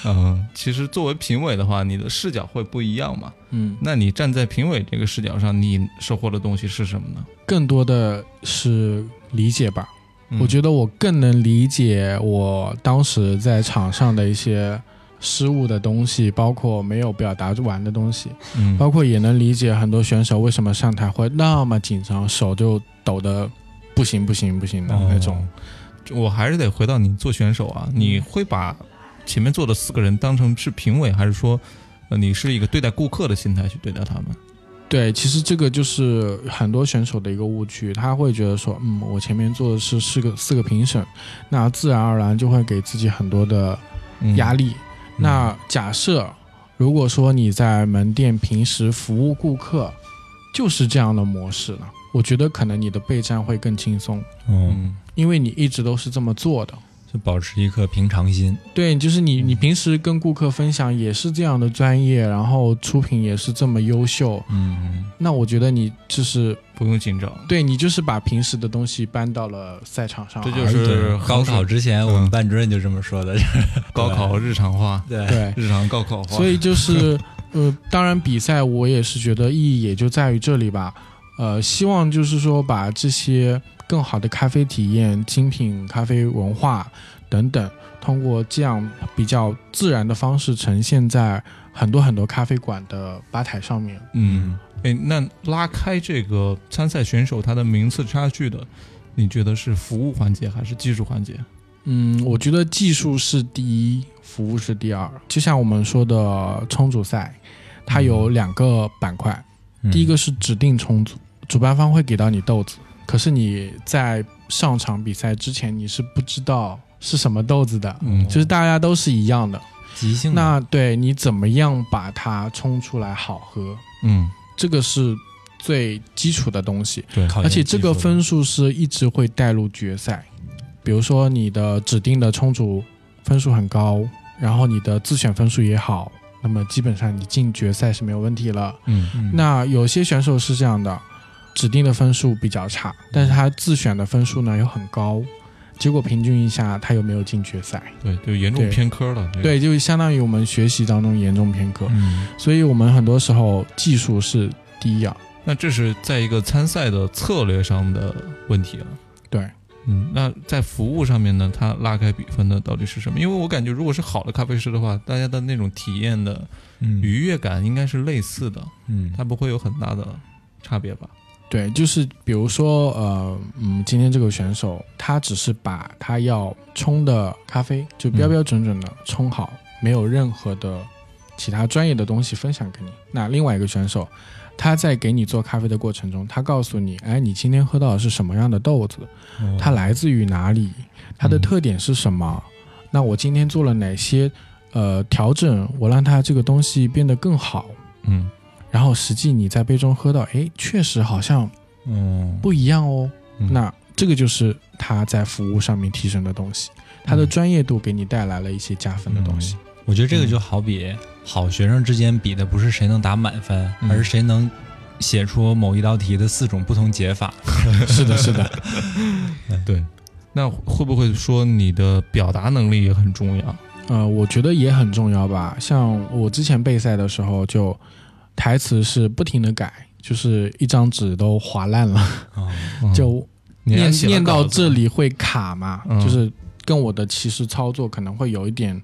Speaker 3: 嗯，其实作为评委的话，你的视角会不一样嘛。
Speaker 1: 嗯，
Speaker 3: 那你站在评委这个视角上，你收获的东西是什么呢？
Speaker 1: 更多的是理解吧。
Speaker 3: 嗯
Speaker 1: 我觉得我更能理解我当时在场上的一些失误的东西，包括没有表达完的东西，
Speaker 3: 嗯
Speaker 1: 包括也能理解很多选手为什么上台会那么紧张，手就抖得不行不行不行
Speaker 3: 哦
Speaker 1: 的那种。
Speaker 3: 我还是得回到你做选手啊，你会把前面坐的四个人当成是评委，还是说，呃，你是一个对待顾客的心态去对待他们？
Speaker 1: 对，其实这个就是很多选手的一个误区，他会觉得说，嗯，我前面做的是四个四个评审，那自然而然就会给自己很多的
Speaker 3: 嗯
Speaker 1: 压力。那假设如果说你在门店平时服务顾客就是这样的模式呢，我觉得可能你的备战会更轻松，
Speaker 2: 嗯，
Speaker 3: 嗯
Speaker 1: 因为你一直都是这么做的。
Speaker 2: 就保持一颗平常心。
Speaker 1: 对，就是你，
Speaker 3: 嗯
Speaker 1: 你平时跟顾客分享也是这样的专业，然后出品也是这么优秀，
Speaker 2: 嗯，
Speaker 1: 那我觉得你就是
Speaker 3: 不用紧张。
Speaker 1: 对你就是把平时的东西搬到了赛场上而
Speaker 3: 这
Speaker 1: 已，
Speaker 3: 就是
Speaker 2: 对
Speaker 3: 衡
Speaker 2: 高考
Speaker 3: 水
Speaker 2: 之前，我们班主任就这么说的。
Speaker 3: 高考日常化，
Speaker 2: 对，
Speaker 1: 对，
Speaker 3: 日常高考化。
Speaker 1: 所以就是 (laughs) 呃，当然比赛我也是觉得意义也就在于这里吧，呃，希望就是说把这些更好的咖啡体验、精品咖啡文化等等，通过这样比较自然的方式呈现在很多很多咖啡馆的吧台上面。
Speaker 3: 嗯，哎，那拉开这个参赛选手他的名次差距的，你觉得是服务环节还是技术环节？
Speaker 1: 嗯，我觉得技术是第一，服务是第二。就像我们说的冲煮赛，它有两个板块，
Speaker 2: 嗯
Speaker 1: 第一个是指定充足，主办方会给到你豆子，可是你在上场比赛之前你是不知道是什么豆子的，
Speaker 3: 嗯
Speaker 1: 就是大家都是一样的。
Speaker 2: 即兴的，
Speaker 1: 那对你怎么样把它冲出来好喝，
Speaker 3: 嗯，
Speaker 1: 这个是最基础的东西，
Speaker 3: 对，
Speaker 2: 考
Speaker 1: 而
Speaker 2: 验
Speaker 1: 且这个
Speaker 2: 技术
Speaker 1: 分数是一直会带入决赛。比如说你的指定的冲煮分数很高，然后你的自选分数也好，那么基本上你进决赛是没有问题了。
Speaker 3: 嗯
Speaker 2: 嗯
Speaker 1: 那有些选手是这样的，指定的分数比较差，但是他自选的分数呢又很高，结果平均一下，他有没有进决赛？
Speaker 3: 对，就严重
Speaker 1: 对
Speaker 3: 偏科了。这个，
Speaker 1: 对，就相当于我们学习当中严重偏科，
Speaker 2: 嗯
Speaker 1: 所以我们很多时候技术是第一啊。
Speaker 3: 那这是在一个参赛的策略上的问题啊。
Speaker 1: 对，
Speaker 3: 嗯，那在服务上面呢，它拉开比分的到底是什么？因为我感觉，如果是好的咖啡师的话，大家的那种体验的
Speaker 2: 嗯
Speaker 3: 愉悦感应该是类似的，
Speaker 2: 嗯
Speaker 3: 它不会有很大的差别吧？
Speaker 1: 对，就是比如说，呃，嗯，今天这个选手他只是把他要冲的咖啡就标标准准的冲好，没有任何的其他专业的东西分享给你。那另外一个选手，他在给你做咖啡的过程中，他告诉你，哎，你今天喝到的是什么样的豆子，
Speaker 2: 哦
Speaker 1: 它来自于哪里，它的
Speaker 3: 嗯
Speaker 1: 特点是什么？那我今天做了哪些呃调整，我让它这个东西变得更好，
Speaker 2: 嗯
Speaker 1: 然后实际你在杯中喝到，哎，确实好像
Speaker 2: 嗯，
Speaker 1: 不一样哦。
Speaker 2: 嗯
Speaker 1: 那这个就是他在服务上面提升的东西，他的专业度给你带来了一些加分的东西。
Speaker 2: 我觉得这个就好比好学生之间比的不是谁能打满分，
Speaker 1: 嗯
Speaker 2: 而是谁能写出某一道题的四种不同解法。
Speaker 1: 嗯 (laughs) 是的，是的，嗯
Speaker 3: 对，那会不会说你的表达能力也很重要？
Speaker 1: 呃，我觉得也很重要吧。像我之前备赛的时候，就台词是不停的改，就是一张纸都划烂了，
Speaker 2: 啊，
Speaker 3: 嗯
Speaker 1: 就
Speaker 3: 你还
Speaker 1: 念
Speaker 3: 写了
Speaker 1: 念到
Speaker 3: 稿子
Speaker 1: 这，里会卡嘛，
Speaker 3: 嗯
Speaker 1: 就是跟我的其实操作可能会有一点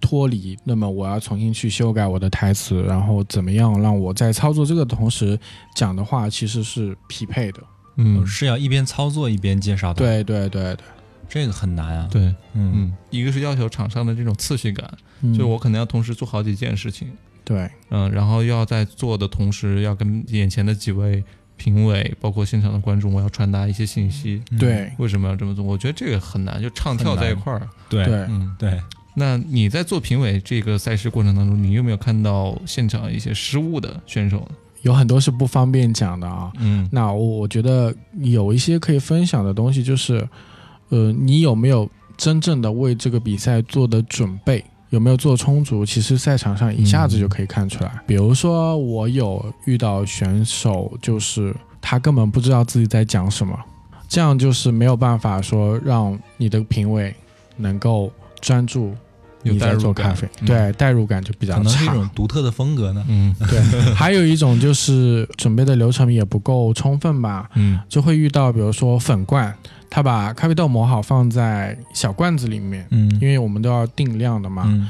Speaker 1: 脱离。那么我要重新去修改我的台词，然后怎么样让我在操作这个的同时讲的话其实是匹配的。
Speaker 3: 嗯，
Speaker 2: 是要一边操作一边介绍的，，
Speaker 1: 对对对对，
Speaker 2: 这个很难啊。，
Speaker 3: 对，
Speaker 2: 嗯，
Speaker 3: 嗯，一个是要求场上的这种次序感，
Speaker 1: 嗯
Speaker 3: 就我可能要同时做好几件事情，
Speaker 1: 对
Speaker 3: 嗯，然后要在做的同时，要跟眼前的几位评委，包括现场的观众，我要传达一些信息。
Speaker 2: 嗯
Speaker 1: 对
Speaker 3: 为什么要这么做？我觉得这个很难，就唱跳
Speaker 2: 很难
Speaker 3: 在一块儿。
Speaker 2: 对
Speaker 1: 对，
Speaker 3: 嗯，
Speaker 2: 对，
Speaker 3: 那你在做评委这个赛事过程当中，你有没有看到现场一些失误的选手呢？
Speaker 1: 有很多是不方便讲的啊。
Speaker 3: 嗯
Speaker 1: 那我我觉得有一些可以分享的东西，就是，呃，你有没有真正的为这个比赛做的准备？有没有做充足？其实赛场上一下子就可以看出来。比如说，我有遇到选手，就是他根本不知道自己在讲什么，这样就是没有办法说让你的评委能够专注
Speaker 3: 有
Speaker 1: 你
Speaker 3: 代
Speaker 1: 在
Speaker 3: 入
Speaker 1: 做咖
Speaker 3: 感
Speaker 1: 啡，
Speaker 3: 嗯
Speaker 1: 对代入感就比较
Speaker 2: 可能是一
Speaker 1: 差。
Speaker 2: 种独特的风格呢。
Speaker 3: 嗯
Speaker 1: 对， (laughs) 还有一种就是准备的流程也不够充分吧，
Speaker 3: 嗯
Speaker 1: 就会遇到比如说粉罐，他把咖啡豆磨好放在小罐子里面，
Speaker 2: 嗯
Speaker 1: 因为我们都要定量的嘛，
Speaker 2: 嗯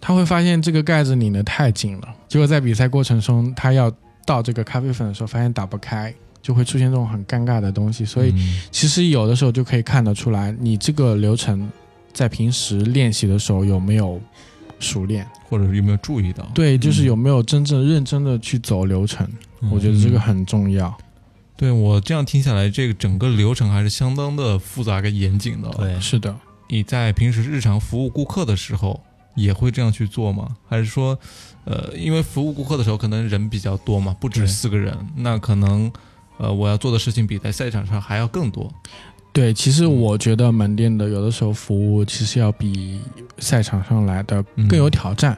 Speaker 1: 他会发现这个盖子拧得太紧了，结果在比赛过程中，他要倒这个咖啡粉的时候，发现打不开，就会出现这种很尴尬的东西。所以
Speaker 2: 嗯
Speaker 1: 其实有的时候就可以看得出来，你这个流程在平时练习的时候有没有熟练。
Speaker 2: 哦
Speaker 3: 或者是有没有注意到？
Speaker 1: 对，
Speaker 2: 嗯
Speaker 1: 就是有没有真正认真的去走流程，我觉得这个很重要。
Speaker 3: 对我这样听下来，这个整个流程还是相当的复杂跟严谨的。，哦
Speaker 2: 嗯对，
Speaker 1: 是的，
Speaker 3: 你在平时日常服务顾客的时候也会这样去做吗？还是说，呃，因为服务顾客的时候可能人比较多嘛，不止
Speaker 2: 对
Speaker 3: 四个人，那可能，呃，我要做的事情比在赛场上还要更多。
Speaker 1: 对，其实
Speaker 3: 嗯
Speaker 1: 我觉得门店的有的时候服务其实要比赛场上来的更
Speaker 3: 嗯
Speaker 1: 有挑战。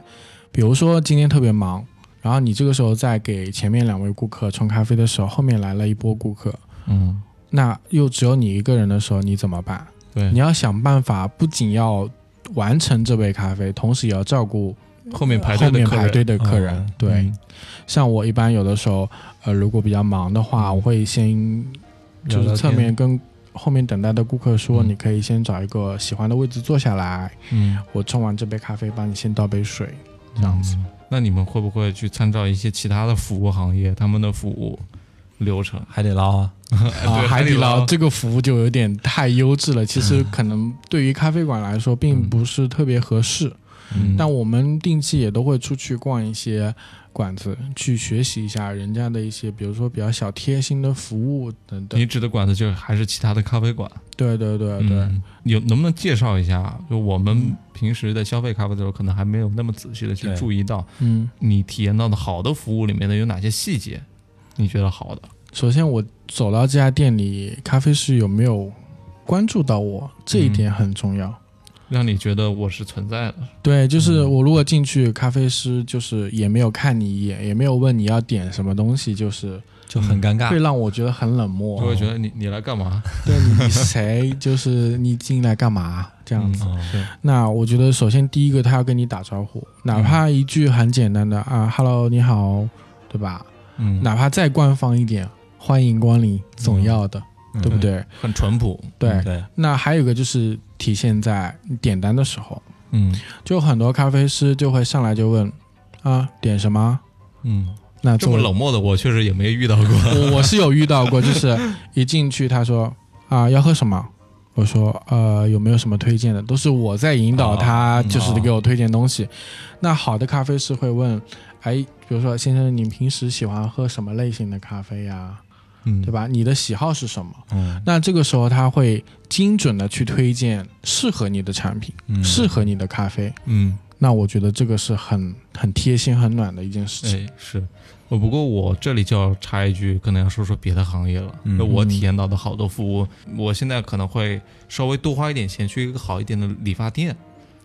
Speaker 1: 比如说今天特别忙，然后你这个时候在给前面两位顾客冲咖啡的时候，后面来了一波顾客，
Speaker 3: 嗯，
Speaker 1: 那又只有你一个人的时候，你怎么办？
Speaker 3: 对
Speaker 1: 你，要想办法，不仅要完成这杯咖啡，同时也要照顾
Speaker 3: 后面排
Speaker 1: 后
Speaker 3: 队的
Speaker 1: 面
Speaker 3: 客人，嗯
Speaker 1: 排队的客人。
Speaker 2: 哦
Speaker 1: 对，像我一般有的时候，呃，如果比较忙的话，我会先
Speaker 3: 嗯，
Speaker 1: 就
Speaker 3: 聊聊
Speaker 1: 是侧
Speaker 3: 天
Speaker 1: 面，跟后面等待的顾客说，
Speaker 3: 嗯
Speaker 1: 你可以先找一个喜欢的位置坐下来，
Speaker 3: 嗯，
Speaker 1: 我冲完这杯咖啡，帮你先倒杯
Speaker 3: (laughs)
Speaker 1: 水，这
Speaker 3: 这
Speaker 1: 样
Speaker 3: 样
Speaker 1: 子
Speaker 3: 子。。那你们会不会去参照一些其他的服务行业他们的服务流程？
Speaker 2: 海底捞啊，
Speaker 1: 啊，
Speaker 3: 对
Speaker 1: 海底
Speaker 3: 海底
Speaker 1: 捞
Speaker 3: 捞嗯
Speaker 1: 这个服务就有点太优质了，其实可能对于咖啡馆来说并不是特别合适。
Speaker 3: 嗯，
Speaker 1: 但我们定期也都会出去逛一些馆子，去学习一下人家的一些，比如说比较小贴心的服务等等
Speaker 3: 你。指的馆子就是还是其他的咖啡馆？
Speaker 1: 对对对呃对，
Speaker 3: 嗯有能不能介绍一下？就我们平时在消费咖啡的时候，可能还没有那么仔细的去
Speaker 2: 对
Speaker 3: 注意到，
Speaker 1: 嗯
Speaker 3: 你体验到的好的服务里面的有哪些细节？你觉得好的？
Speaker 1: 首先我走到这家店里，咖啡师有没有关注到我，这一点很重要。
Speaker 3: 嗯让你觉得我是存在的，
Speaker 1: 对，就是
Speaker 3: 嗯
Speaker 1: 我如果进去，咖啡师就是也没有看你一眼，也没有问你要点什么东西，嗯就是
Speaker 2: 就很尴尬
Speaker 1: 会。让我觉得很冷漠。
Speaker 3: 就会觉得你你来干嘛？
Speaker 1: 对你谁，就是你进来干嘛这样子。
Speaker 2: 嗯
Speaker 3: 是
Speaker 1: 那我觉得首先第一个他要跟你打招呼，哪怕一句很简单的啊，hello 你好，对吧？
Speaker 3: 嗯
Speaker 1: 哪怕再官方一点，欢迎光临，总要的，
Speaker 2: 嗯
Speaker 1: 对不对？
Speaker 3: 很淳朴，
Speaker 1: 对，
Speaker 2: 对，
Speaker 1: 那还有一个就是体现在点单的时候，
Speaker 3: 嗯
Speaker 1: 就很多咖啡师就会上来就问啊点什么？
Speaker 3: 嗯，
Speaker 1: 那
Speaker 3: 这么
Speaker 1: 作为
Speaker 3: 冷漠的我确实也没遇到过。
Speaker 1: 我我是有遇到过，就是一进去他说啊要喝什么，我说呃有没有什么推荐的，都是我在引导他，
Speaker 3: 啊
Speaker 2: 哦
Speaker 1: 就是给我推荐东西。那好的咖啡师会问，哎，比如说先生，你平时喜欢喝什么类型的咖啡呀、
Speaker 2: (laughs)
Speaker 3: 嗯
Speaker 1: 对吧？你的喜好是什么？
Speaker 2: 嗯
Speaker 1: 那这个时候他会精准的去推荐适合你的产品，
Speaker 2: 嗯
Speaker 1: 适合你的咖啡。
Speaker 3: 嗯
Speaker 1: 那我觉得这个是很很贴心、很暖的一件事情。
Speaker 3: 哎，是。呃，不过我这里就要插一句，可能要说说别的行业了。
Speaker 2: 嗯
Speaker 3: 那我体验到的好多服务，我现在可能会稍微多花一点钱去一个好一点的理发店。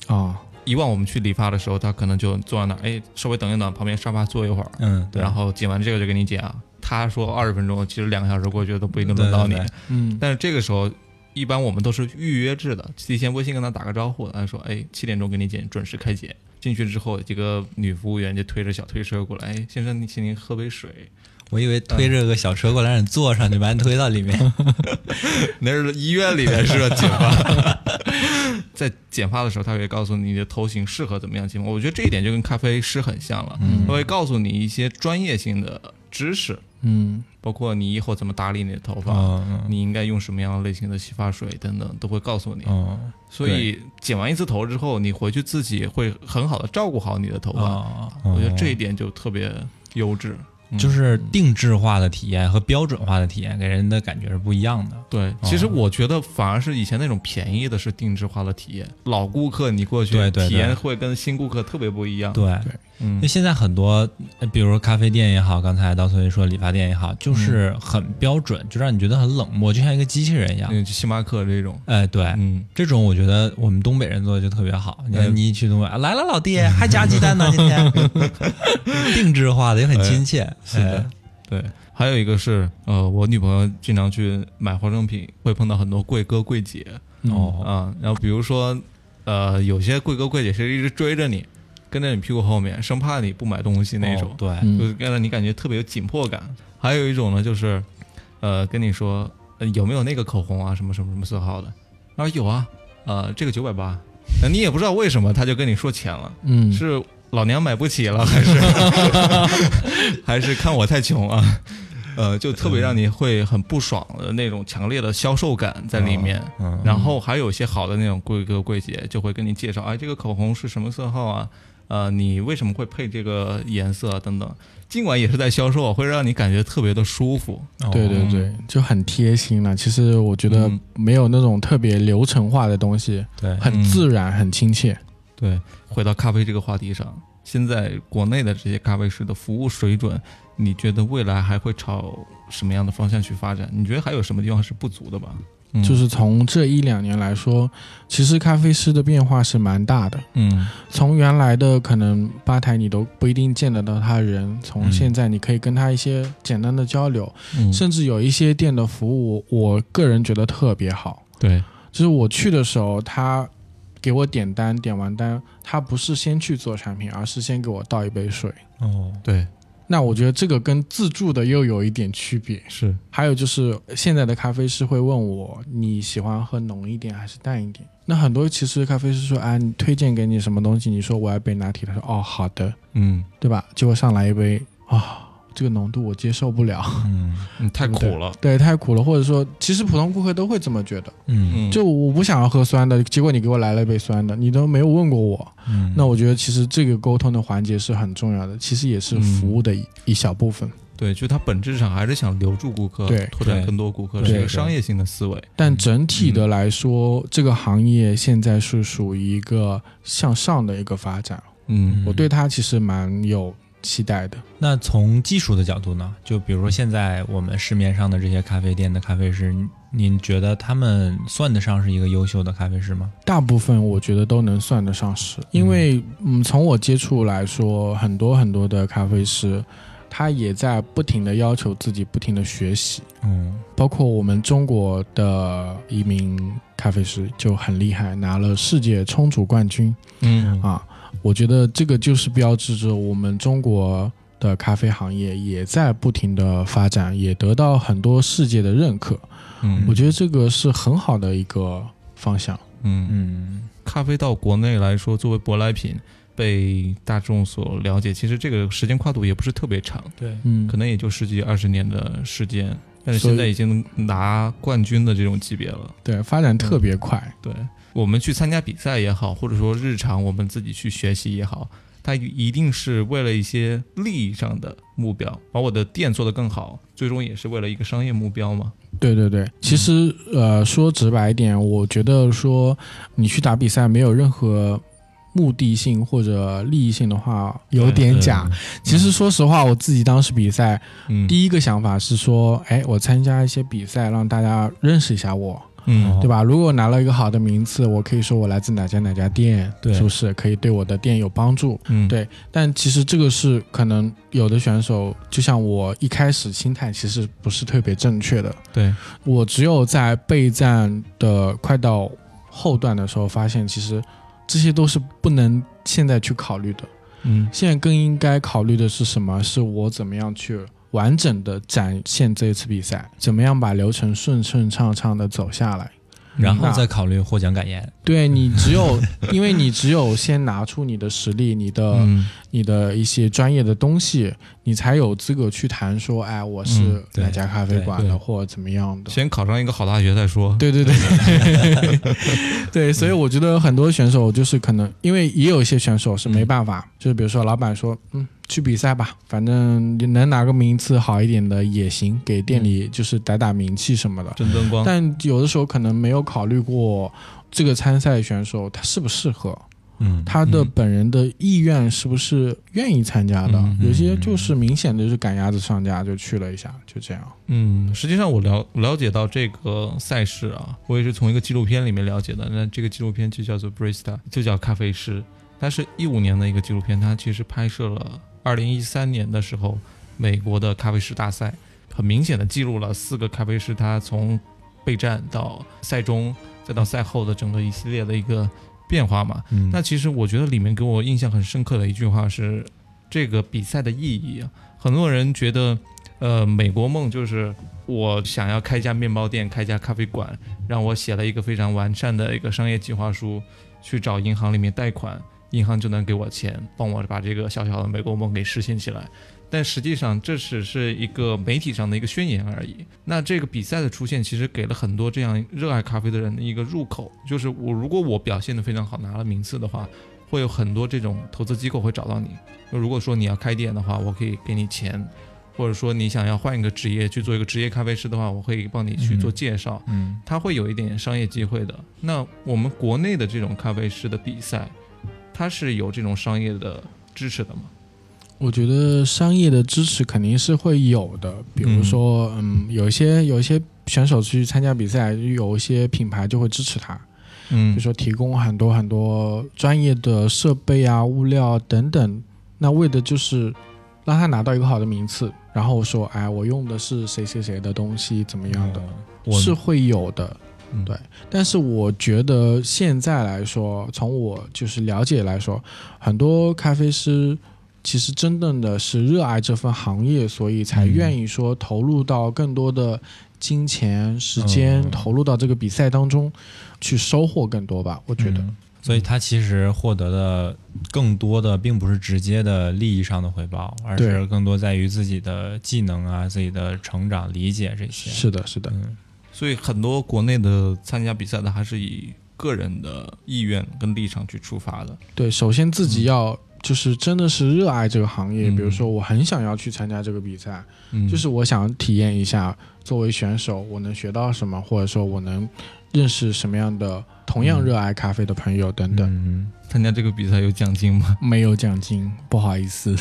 Speaker 3: 哎
Speaker 1: 啊、
Speaker 3: 以往我们去理发的时候，他可能就坐在那儿，哎，稍微等一等，旁边沙发坐一会儿，
Speaker 2: 嗯，对，
Speaker 3: 然后剪完这个就给你剪啊。他说二十分钟，其实两个小时过去都不一定轮到你
Speaker 2: 对。对对
Speaker 1: 嗯，
Speaker 3: 但是这个时候，一般我们都是预约制的，提前微信跟他打个招呼，他说：“哎，七点钟给你剪，准时开剪。”进去之后，几个女服务员就推着小推车过来，哎，先生，你请您喝
Speaker 2: (laughs)
Speaker 3: 杯水。
Speaker 2: 我以为推着个小车过来让你坐上去，把你推到里面。
Speaker 3: 那是医院里面是吧？剪发，在剪发的时候，他会告诉你你的头型适合怎么样剪发。我觉得这一点就跟咖啡师很像了，
Speaker 2: 嗯
Speaker 3: 他会告诉你一些专业性的知识，
Speaker 1: 嗯
Speaker 3: 包括你以后怎么打理你的头发，
Speaker 2: 嗯
Speaker 3: 你应该用什么样类型的洗发水等等，都会告诉你。
Speaker 2: 嗯，
Speaker 3: 所以剪完一次头之后，你回去自己会很好的照顾好你的头发。
Speaker 2: 哦，
Speaker 3: 我觉得这一点就特别优质。
Speaker 2: 就是定制化的体验和标准化的体验给人的感觉是不一样的。
Speaker 3: 对，其实我觉得反而是以前那种便宜的是定制化的体验，老顾客你过去
Speaker 2: 对对对
Speaker 3: 体验会跟新顾客特别不一样。
Speaker 2: 对，因
Speaker 3: 嗯
Speaker 2: 为，现在很多，呃比如说咖啡店也好，刚才刀崔说理发店也好，就是很标准，就让你觉得很冷漠，就像一个机器人一样。
Speaker 3: 嗯，就星巴克这种，
Speaker 2: 哎，对，
Speaker 3: 嗯，
Speaker 2: 这种我觉得我们东北人做的就特别好。你
Speaker 3: 哎
Speaker 2: 看，你一去东北，啊来了老弟，还加鸡蛋呢，今 (laughs) 天定制化的也很亲切。
Speaker 3: 是的，对。还有一个是，呃，我女朋友经常去买化妆品，会碰到很多贵哥贵姐
Speaker 2: 哎，
Speaker 1: 嗯
Speaker 2: 哦，
Speaker 3: 啊、然后比如说，呃，有些贵哥贵姐是一直追着你，跟着你屁股后面，生怕你不买东西那种。
Speaker 2: 哦对，
Speaker 1: 嗯
Speaker 3: 就是让你感觉特别有紧迫感。还有一种呢，就是，呃，跟你说、呃有没有那个口红啊，什么什么什么色号的，他说有啊，呃，这个九百八，那你也不知道为什么，他就跟你说钱了，
Speaker 1: 嗯，
Speaker 3: 是老娘买不起了，还是 (laughs) 还是看我太穷啊？呃，就特别让你会很不爽的那种强烈的销售感在里面。
Speaker 2: 嗯，
Speaker 3: 然后还有一些好的那种贵哥贵姐就会跟你介绍，哎，这个口红是什么色号啊？呃，你为什么会配这个颜色啊等等？尽管也是在销售，啊会让你感觉特别的舒服。
Speaker 1: 嗯对
Speaker 2: 哦
Speaker 1: 对对，就很贴心啊了。其实我觉得
Speaker 3: 哦嗯
Speaker 1: 没有那种特别流程化的东西，
Speaker 2: 对，
Speaker 1: 很自然，很亲切。
Speaker 3: 嗯对，回到咖啡这个话题上，现在国内的这些咖啡师的服务水准，你觉得未来还会朝什么样的方向去发展？你觉得还有什么地方是不足的吧？嗯
Speaker 1: 就是从这一两年来说，其实咖啡师的变化是蛮大的。
Speaker 3: 嗯
Speaker 1: 从原来的可能吧台你都不一定见得到他人，从
Speaker 2: 嗯
Speaker 1: 现在你可以跟他一些简单的交流，
Speaker 3: 嗯
Speaker 1: 甚至有一些店的服务，我个人觉得特别好。
Speaker 3: 对，
Speaker 1: 就是我去的时候，他给我点单，点完单，他不是先去做产品，而是先给我倒一杯水。
Speaker 2: 哦，
Speaker 3: 对，
Speaker 1: 那我觉得这个跟自助的又有一点区别。
Speaker 3: 是，
Speaker 1: 还有就是现在的咖啡师会问我，你喜欢喝浓一点还是淡一点？那很多其实咖啡师说，啊，你推荐给你什么东西？你说我要杯拿铁，他说哦好的，
Speaker 3: 嗯，
Speaker 1: 对吧？结果上来一杯啊、这个浓度我接受不了， (laughs)
Speaker 2: 嗯
Speaker 3: 嗯太
Speaker 1: 对
Speaker 3: 苦了。
Speaker 1: 对，太苦了，或者说其实普通顾客都会这么觉得，
Speaker 2: 嗯
Speaker 3: 嗯，
Speaker 1: 就我不想要喝酸的，结果你给我来了一杯酸的，你都没有问过我。
Speaker 2: 嗯，
Speaker 1: 那我觉得其实这个沟通的环节是很重要的，其实也是服务的一一小部分。
Speaker 3: 对，就它本质上还是想留住顾客，
Speaker 1: 对
Speaker 3: 拓展
Speaker 2: 对
Speaker 3: 更多顾客，
Speaker 2: 对
Speaker 3: 是一个
Speaker 2: 对
Speaker 3: 商业性的思维。
Speaker 1: 但整体的来说，这个行业现在是属于一个向上的一个发展，
Speaker 3: 嗯
Speaker 1: 我对它其实蛮有期待的。
Speaker 2: 那从技术的角度呢，就比如说现在我们市面上的这些咖啡店的咖啡师，您您觉得他们算得上是一个优秀的咖啡师吗？
Speaker 1: 大部分我觉得都能算得上是，因为嗯，从我接触来说，很多很多的咖啡师，他也在不停的要求自己，不停的学习。
Speaker 2: 嗯
Speaker 1: 包括我们中国的一名咖啡师就很厉害，拿了世界冲煮冠军
Speaker 3: 嗯
Speaker 1: 啊！我觉得这个就是标志着我们中国的咖啡行业也在不停的发展，也得到很多世界的认可。
Speaker 3: 嗯
Speaker 1: 我觉得这个是很好的一个方向。
Speaker 3: 嗯
Speaker 2: 嗯
Speaker 3: 咖啡到国内来说，作为舶来品被大众所了解，其实这个时间跨度也不是特别长，
Speaker 2: 对，
Speaker 1: 嗯
Speaker 3: 可能也就十几二十年的时间。但是
Speaker 1: 所以
Speaker 3: 现在已经拿冠军的这种级别了。
Speaker 1: 对，发展特别快。
Speaker 3: 对我们去参加比赛也好，或者说日常我们自己去学习也好，它一定是为了一些利益上的目标，把我的店做得更好，最终也是为了一个商业目标嘛。
Speaker 1: 对对对，其实呃，说直白一点，我觉得说你去打比赛没有任何目的性或者利益性的话，有
Speaker 3: 对
Speaker 1: 点
Speaker 2: 嗯
Speaker 1: 假。其实说实话，我自己当时比赛，
Speaker 3: 嗯，
Speaker 1: 第一个想法是说，哎，我参加一些比赛，让大家认识一下我，
Speaker 3: 嗯
Speaker 1: 对吧？如果拿了一个好的名次，我可以说我来自哪家哪家店，
Speaker 2: 对
Speaker 1: 是不是可以对我的店有帮助？
Speaker 3: 嗯
Speaker 1: 对但其实这个是可能有的选手，就像我一开始心态其实不是特别正确的。
Speaker 3: 对，
Speaker 1: 我只有在备战的快到后段的时候，发现其实这些都是不能现在去考虑的。
Speaker 3: 嗯
Speaker 1: 现在更应该考虑的是什么？是我怎么样去完整的展现这一次比赛，怎么样把流程顺顺畅畅的走下来。
Speaker 2: 然后
Speaker 1: 那
Speaker 2: 再考虑获奖感言。
Speaker 1: 对你只有， (laughs) 因为你只有先拿出你的实力，你的、
Speaker 3: 嗯
Speaker 1: 你的一些专业的东西，你才有资格去谈说，哎，我是
Speaker 3: 嗯
Speaker 2: 对
Speaker 1: 哪家咖啡馆
Speaker 3: 对
Speaker 1: 的，
Speaker 3: 对
Speaker 1: 或者怎么样的。
Speaker 3: 先考上一个好大学再说。
Speaker 1: 对对对，
Speaker 3: (laughs)
Speaker 1: 对，所以我觉得很多选手就是可能，因为也有一些选手是
Speaker 3: 嗯
Speaker 1: 没办法，就是比如说老板说，嗯，去比赛吧，反正你能拿个名次好一点的也行，给
Speaker 3: 嗯
Speaker 1: 店里就是打打名气什么的。
Speaker 3: 争
Speaker 1: (laughs)
Speaker 3: 争光，
Speaker 1: 但有的时候可能没有考虑过这个参赛选手他适不适合，
Speaker 2: 嗯，
Speaker 1: 他的本人的意愿是不是愿意参加的。
Speaker 3: 嗯
Speaker 1: 有些就是明显的就是赶鸭子上架就去了一下，就这样。
Speaker 3: 嗯，实际上我了了解到这个赛事啊，我也是从一个纪录片里面了解的。那这个纪录片就叫做《Barista》，就叫咖啡师。它是一五年的一个纪录片，它其实拍摄了二零一三年的时候美国的咖啡师大赛，很明显的记录了四个咖啡师他从备战到赛中再到赛后的整个一系列的一个变化嘛。
Speaker 2: 嗯
Speaker 3: 那其实我觉得里面给我印象很深刻的一句话是，这个比赛的意义啊，很多人觉得，呃，美国梦就是我想要开一家面包店，开一家咖啡馆，让我写了一个非常完善的一个商业计划书，去找银行里面贷款，银行就能给我钱，帮我把这个小小的美国梦给实现起来。但实际上，这只是一个媒体上的一个宣言而已。那这个比赛的出现，其实给了很多这样热爱咖啡的人的一个入口，就是我如果我表现得非常好，拿了名次的话，会有很多这种投资机构会找到你。如果说你要开店的话，我可以给你钱，或者说你想要换一个职业去做一个职业咖啡师的话，我可以帮你去做介绍。
Speaker 2: 嗯
Speaker 3: 它会有一点商业机会的。那我们国内的这种咖啡师的比赛，它是有这种商业的支持的吗？
Speaker 1: 我觉得商业的支持肯定是会有的，比如说，嗯，有一些有一些选手去参加比赛，有一些品牌就会支持他，比
Speaker 3: 嗯
Speaker 1: 如说提供很多很多专业的设备啊、物料啊等等，那为的就是让他拿到一个好的名次，然后说，哎，我用的是谁谁谁的东西，怎么样的，
Speaker 2: 嗯我
Speaker 1: 是会有的。
Speaker 3: 嗯
Speaker 1: 对，但是我觉得现在来说，从我就是了解来说，很多咖啡师其实真正的是热爱这份行业，所以才
Speaker 2: 嗯
Speaker 1: 愿意说投入到更多的金钱、时间，
Speaker 2: 嗯
Speaker 1: 投入到这个比赛当中，去收获更多吧。我觉得，
Speaker 2: 嗯所以他其实获得的更多的并不是直接的利益上的回报，而
Speaker 1: 对
Speaker 2: 是更多在于自己的技能啊、自己的成长、理解这些。
Speaker 1: 是的，是的，
Speaker 2: 嗯，
Speaker 3: 所以很多国内的参加比赛的还是以个人的意愿跟立场去出发的。
Speaker 1: 对，首先自己要就是真的是热爱这个行业，
Speaker 3: 嗯
Speaker 1: 比如说我很想要去参加这个比赛，
Speaker 3: 嗯
Speaker 1: 就是我想体验一下，作为选手我能学到什么，或者说我能认识什么样的同样热爱咖啡的朋友等等。
Speaker 2: 嗯，
Speaker 3: 参加这个比赛有奖金吗？ (laughs)
Speaker 1: 没有奖金，不好意思。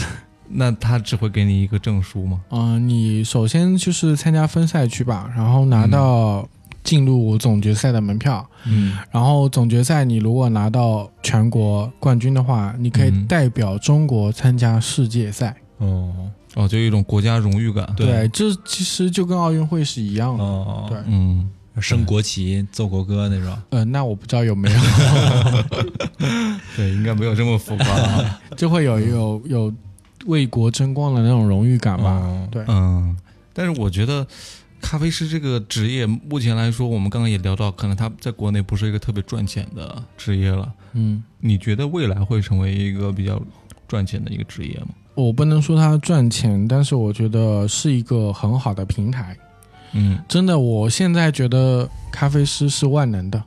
Speaker 3: 那他只会给你一个证书吗？
Speaker 1: 嗯、你首先就是参加分赛区吧，然后拿到进入总决赛的门票，
Speaker 3: 嗯
Speaker 1: 然后总决赛你如果拿到全国冠军的话，你可以
Speaker 3: 嗯
Speaker 1: 代表中国参加世界赛。
Speaker 2: 哦
Speaker 3: 哦，就有一种国家荣誉感。
Speaker 2: 对
Speaker 1: 对，这其实就跟奥运会是一样的。
Speaker 2: 哦，
Speaker 1: 对，
Speaker 3: 嗯，
Speaker 2: 升国旗、奏国歌那种。
Speaker 1: 呃，那我不知道有没有，
Speaker 3: 对，应该没有这么浮夸、啊。
Speaker 1: 就会有有有为国争光的那种荣誉感吧。
Speaker 2: 哦
Speaker 1: 对
Speaker 3: 嗯，但是我觉得。咖啡师这个职业，目前来说，我们刚刚也聊到，可能他在国内不是一个特别赚钱的职业了。
Speaker 1: 嗯，
Speaker 3: 你觉得未来会成为一个比较赚钱的一个职业吗？
Speaker 1: 我不能说它赚钱，但是我觉得是一个很好的平台。
Speaker 3: 嗯，
Speaker 1: 真的，我现在觉得咖啡师是万能的，
Speaker 3: 嗯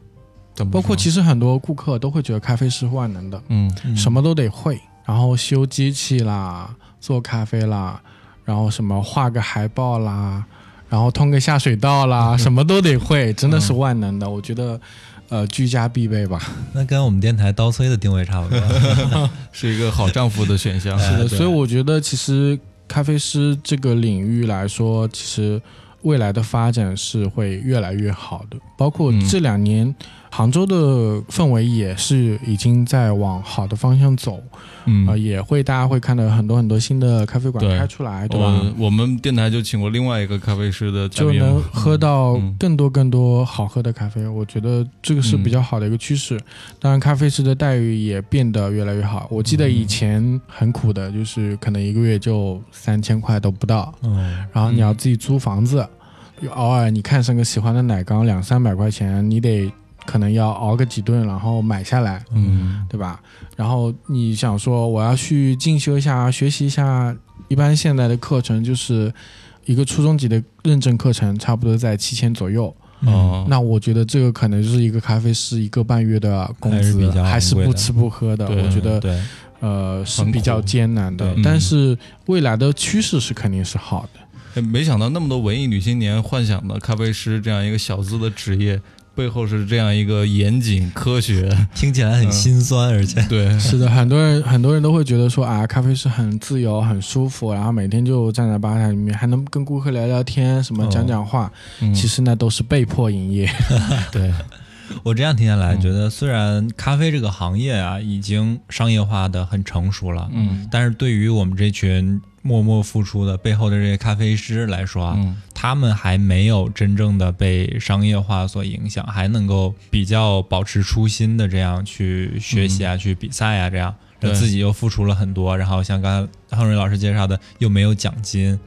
Speaker 3: 怎么
Speaker 1: 包括其
Speaker 3: 实
Speaker 1: 实很多顾客都会觉得咖啡师万能的，
Speaker 3: 嗯
Speaker 2: 嗯
Speaker 1: 什么都得会，然后修机器啦，做咖啡啦，然后什么画个海报啦，然后通个下水道啦，什么都得会，真的是万能的。我觉得呃居家必备吧。
Speaker 2: 那跟我们电台刀崔的定位差不
Speaker 1: (laughs)
Speaker 2: 多。
Speaker 3: 是一个好丈夫的选项。
Speaker 2: 是
Speaker 1: 呃
Speaker 2: 的
Speaker 1: 所以我觉得其实咖啡师这个领域来说，其实未来的发展是会越来越好的。包括
Speaker 3: 嗯
Speaker 1: 这两年、杭州的氛围也是已经在往好的方向走，
Speaker 3: 嗯
Speaker 1: 啊、也会大家会看到很多很多新的咖啡馆
Speaker 3: 对
Speaker 1: 开出来，对吧？
Speaker 3: 我我们电台就请过另外一个咖啡师的嘉
Speaker 1: 就
Speaker 3: 宾
Speaker 1: 能喝到
Speaker 3: 嗯
Speaker 1: 更多更多好喝的咖啡，我觉得这个是比较好的一个趋势。嗯当然，咖啡师的待遇也变得越来越好。我记得以前很苦的，就是可能一个月就三千块都不到，
Speaker 2: 嗯，
Speaker 1: 然后你要自己租房子，偶尔你看上个喜欢的奶缸两三百块钱，你得可能要熬个几顿，然后买下来，
Speaker 3: 嗯
Speaker 1: 对吧？然后你想说我要去进修一下，学习一下，一般现在的课程就是一个初中级的认证课程，差不多在七千左右。
Speaker 2: 嗯
Speaker 3: 哦，
Speaker 1: 嗯那我觉得这个可能就是一个咖啡师一个半月的工
Speaker 2: 还是
Speaker 1: 资
Speaker 2: 比，较
Speaker 1: 还是
Speaker 2: 昂贵
Speaker 1: 不
Speaker 2: 的
Speaker 1: 吃不喝的。
Speaker 3: 对
Speaker 1: 我觉得
Speaker 2: 嗯对，
Speaker 1: 呃是
Speaker 3: 很苦
Speaker 1: 比较艰难的
Speaker 2: 对，嗯
Speaker 1: 但是未来的趋势是肯定是好的。
Speaker 3: 哎没想到那么多文艺女青年幻想的咖啡师这样一个小资的职业，背后是这样一个严谨
Speaker 1: (laughs)
Speaker 3: 科学。
Speaker 2: 听起
Speaker 1: 嗯
Speaker 2: 来很心酸，而且
Speaker 3: 对，
Speaker 1: 是的，很多人很多人都会觉得说啊，咖啡是很自由、很舒服，然后每天就站在吧台里面，还能跟顾客聊聊天，什么
Speaker 2: 哦
Speaker 1: 讲讲话。
Speaker 3: 嗯
Speaker 1: 其实那都是被迫营
Speaker 2: (laughs)
Speaker 1: 业。
Speaker 3: 对，
Speaker 2: 我这样听下来，
Speaker 3: 嗯
Speaker 2: 觉得虽然咖啡这个行业啊已经商业化的很成熟了，
Speaker 3: 嗯
Speaker 2: 但是对于我们这群默默付出的背后的这些咖啡师来说啊，
Speaker 3: 嗯
Speaker 2: 他们还没有真正的被商业化所影响，还能够比较保持初心的这样去学习啊、去比赛啊，这样
Speaker 3: 对
Speaker 2: 自己又付出了很多，然后像刚才亨瑞老师介绍的，又没有奖金，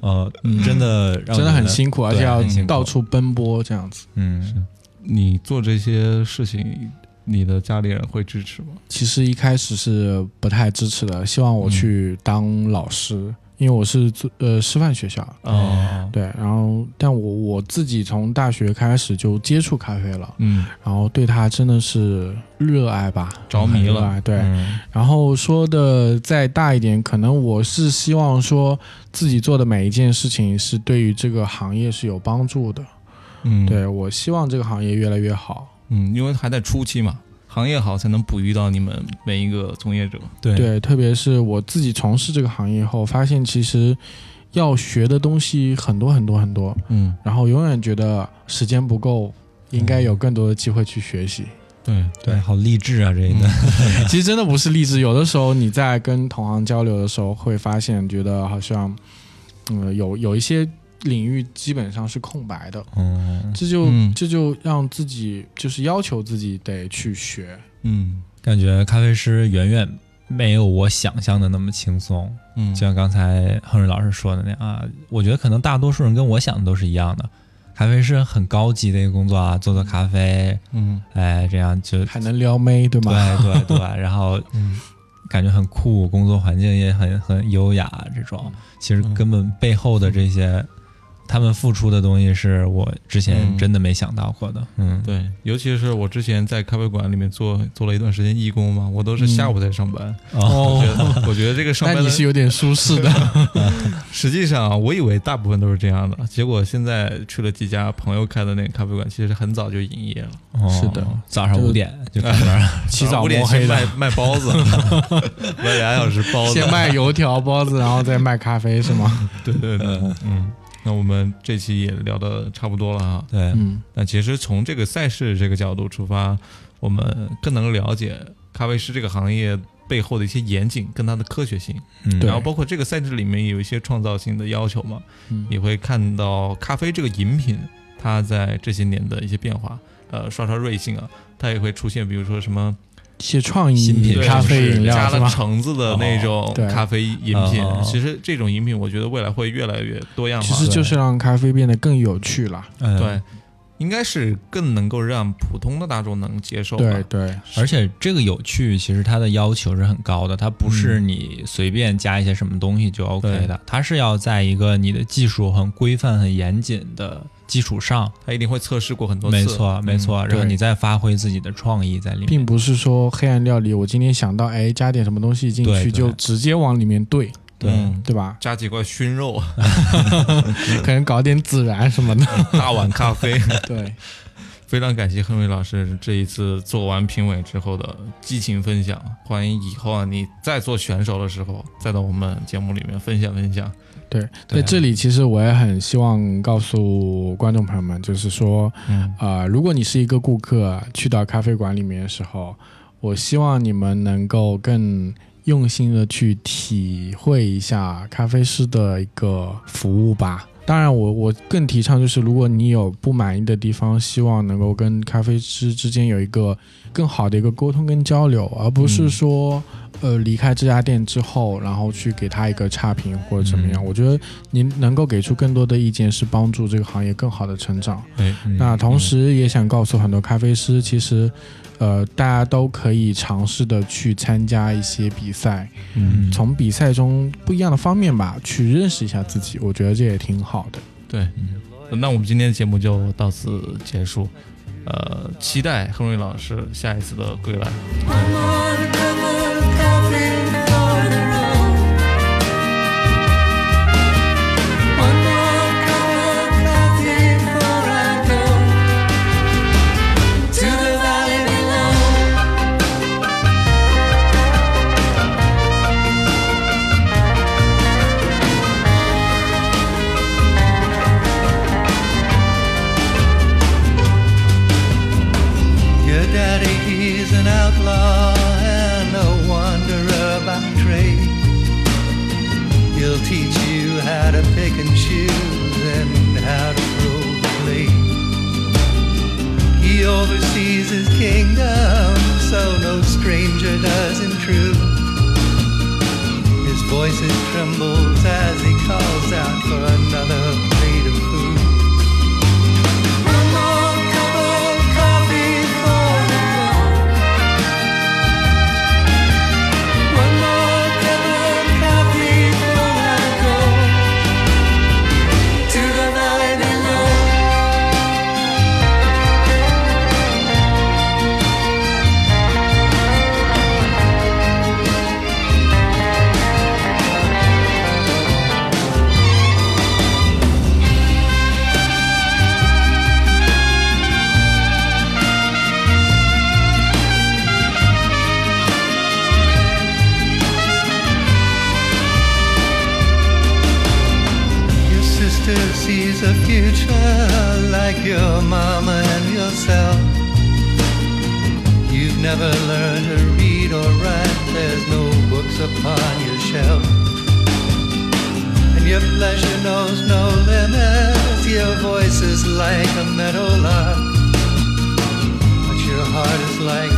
Speaker 2: 呃，真的让
Speaker 1: 真的
Speaker 2: 我觉
Speaker 1: 很
Speaker 2: 得
Speaker 1: 辛苦，而且
Speaker 2: 对
Speaker 1: 要
Speaker 2: 很辛苦
Speaker 1: 到处奔波这样子。
Speaker 2: 嗯，
Speaker 3: 你做这些事情，你的家里人会支持吗？
Speaker 1: 其实一开始是不太支持的，希望我
Speaker 2: 嗯
Speaker 1: 去当老师，因为我是做呃师范学校。
Speaker 2: 哦，
Speaker 1: 对，然后但我我自己从大学开始就接触咖啡了，
Speaker 3: 嗯，
Speaker 1: 然后对它真的是热爱吧，
Speaker 3: 着迷
Speaker 1: 很
Speaker 3: 了
Speaker 1: 热爱对，
Speaker 2: 嗯
Speaker 1: 然后说的再大一点，可能我是希望说自己做的每一件事情是对于这个行业是有帮助的。
Speaker 3: 嗯，
Speaker 1: 对我希望这个行业越来越好。
Speaker 3: 嗯，因为还在初期嘛，行业好才能哺育到你们每一个从业者。
Speaker 2: 对
Speaker 1: 对，特别是我自己从事这个行业后，发现其实要学的东西很多很多很多，
Speaker 3: 嗯，
Speaker 1: 然后永远觉得时间不够，应该有更多的机会去学习。
Speaker 3: 对
Speaker 2: 对，好励志啊，这一段，
Speaker 3: (laughs)
Speaker 1: 其实真的不是励志，有的时候你在跟同行交流的时候，会发现觉得好像，嗯，有有一些领域基本上是空白的，
Speaker 2: 嗯，
Speaker 1: 这就、
Speaker 3: 嗯
Speaker 1: 这就让自己就是要求自己得去学。
Speaker 3: 嗯
Speaker 2: 感觉咖啡师远远没有我想象的那么轻松。
Speaker 3: 嗯，
Speaker 2: 就像刚才亨瑞老师说的那样啊，我觉得可能大多数人跟我想的都是一样的。咖啡是很高级的一个工作啊，做做咖啡，
Speaker 3: 嗯
Speaker 2: 哎，这样就对
Speaker 1: 还能撩妹，对吗？
Speaker 2: 对对，
Speaker 1: (laughs)
Speaker 2: 然后
Speaker 3: 嗯
Speaker 2: 感觉很酷，工作环境也很很优雅，这种其实
Speaker 3: 嗯
Speaker 2: 根本背后的这些，他们付出的东西是我之前
Speaker 3: 嗯
Speaker 2: 真的没想到过的，嗯，
Speaker 3: 对，尤其是我之前在咖啡馆里面做做了一段时间义工嘛，我都是下午才上班。
Speaker 2: 哦，
Speaker 3: 我觉得，我觉得这个上
Speaker 1: 那
Speaker 3: 班
Speaker 1: 你
Speaker 3: 的
Speaker 1: 是有点舒适的。
Speaker 3: 实际上啊，我以为大部分都是这样的，结果现在去了几家朋友开的那个咖啡馆，其实很早就营业了，
Speaker 2: 哦
Speaker 1: 是的，
Speaker 2: 早上
Speaker 1: 就
Speaker 2: 五点就开门儿，
Speaker 1: (laughs) 起
Speaker 3: 早
Speaker 1: 早
Speaker 3: 啊上五点
Speaker 1: 摸
Speaker 3: 先
Speaker 1: 黑
Speaker 3: 卖
Speaker 1: 的，
Speaker 3: 卖包子，
Speaker 1: (laughs)
Speaker 3: 卖俩小时包子
Speaker 1: 先，卖油条、包子，然后再卖咖啡，是
Speaker 3: (laughs)
Speaker 1: 吗？
Speaker 3: 对对对，嗯。那我们这期也聊的差不多了啊，
Speaker 2: 对，
Speaker 1: 嗯，
Speaker 3: 那其实从这个赛事这个角度出发，我们更能了解咖啡师这个行业背后的一些严谨跟它的科学性，
Speaker 2: 嗯，
Speaker 1: 对
Speaker 3: 然后包括这个赛制里面也有一些创造性的要求嘛，
Speaker 1: 嗯
Speaker 3: 也会看到咖啡这个饮品它在这些年的一些变化。呃，刷刷瑞幸啊，它也会出现，比如说什么
Speaker 1: 一些创意
Speaker 2: 新品
Speaker 1: 咖啡饮
Speaker 3: 加
Speaker 1: 料是
Speaker 3: 了
Speaker 1: 吗？哦
Speaker 3: 橙子的那种
Speaker 1: 对
Speaker 3: 咖啡饮品
Speaker 2: 哦。
Speaker 3: 其实这种饮品，我觉得未来会越来越多样化。
Speaker 1: 其实就是让咖啡变得更有趣了。
Speaker 2: 嗯
Speaker 3: 对，应该是更能够让普通的大众能接受吧。
Speaker 1: 对对，
Speaker 2: 而且这个有趣，其实它的要求是很高的，它不是你随便加一些什么东西就 OK 的，它是要在一个你的技术很规范、很严谨的基础上，
Speaker 3: 他一定会测试过很多次。
Speaker 2: 没错，
Speaker 3: 嗯
Speaker 2: 没错，然后
Speaker 1: 对
Speaker 2: 你再发挥自己的创意在里面，
Speaker 1: 并不是说黑暗料理，我今天想到哎加点什么东西进
Speaker 2: 对
Speaker 1: 去
Speaker 2: 对
Speaker 1: 就直接往里面兑，
Speaker 2: 对，
Speaker 3: 嗯
Speaker 1: 对吧？
Speaker 3: 加几块熏肉，
Speaker 2: (laughs)
Speaker 1: 可能搞点孜然什么的。
Speaker 3: 大碗咖啡。 (laughs)
Speaker 1: 对，
Speaker 3: 非常感谢亨瑞老师这一次做完评委之后的激情分享，欢迎以后啊你再做选手的时候，再到我们节目里面分享分享。
Speaker 1: 对，在
Speaker 2: 对啊
Speaker 1: 这里其实我也很希望告诉观众朋友们，就是说，
Speaker 3: 嗯，
Speaker 1: 啊，如果你是一个顾客去到咖啡馆里面的时候，我希望你们能够更用心的去体会一下咖啡师的一个服务吧。当然我，我更提倡就是，如果你有不满意的地方，希望能够跟咖啡师之间有一个更好的一个沟通跟交流，而不是
Speaker 2: 嗯
Speaker 1: 说，呃，离开这家店之后，然后去给他一个差评或者怎么样。
Speaker 2: 嗯
Speaker 1: 我觉得您能够给出更多的意见，是帮助这个行业更好的成长。
Speaker 3: 哎，
Speaker 2: 嗯
Speaker 1: 那同时也想告诉很多咖啡师，其实，呃，大家都可以尝试的去参加一些比赛，
Speaker 2: 嗯
Speaker 1: 从比赛中不一样的方面吧，去认识一下自己，我觉得这也挺好的。
Speaker 3: 对，
Speaker 2: 嗯
Speaker 3: 那我们今天的节目就到此结束，呃，期待亨瑞老师下一次的归来。
Speaker 4: One more cup of coffee for the road. One more cup of coffee for I go to the valley below.
Speaker 5: Your daddy, he's an outlaw and a wanderer by trade. He'll teach you how to pick and choose and how to throw the blade. He oversees his kingdom, so no stranger does intrude. His voice it trembles as he calls out for another plate of food.
Speaker 4: One more cup of coffee for the road. One more cup of coffee for I go to the valley below.
Speaker 5: Your sister sees a future like your mama and yourself. You've never learned to read or write, there's no books upon your shelf. And your pleasure knows no limits, your voice is like a meadow lark. But your heart is like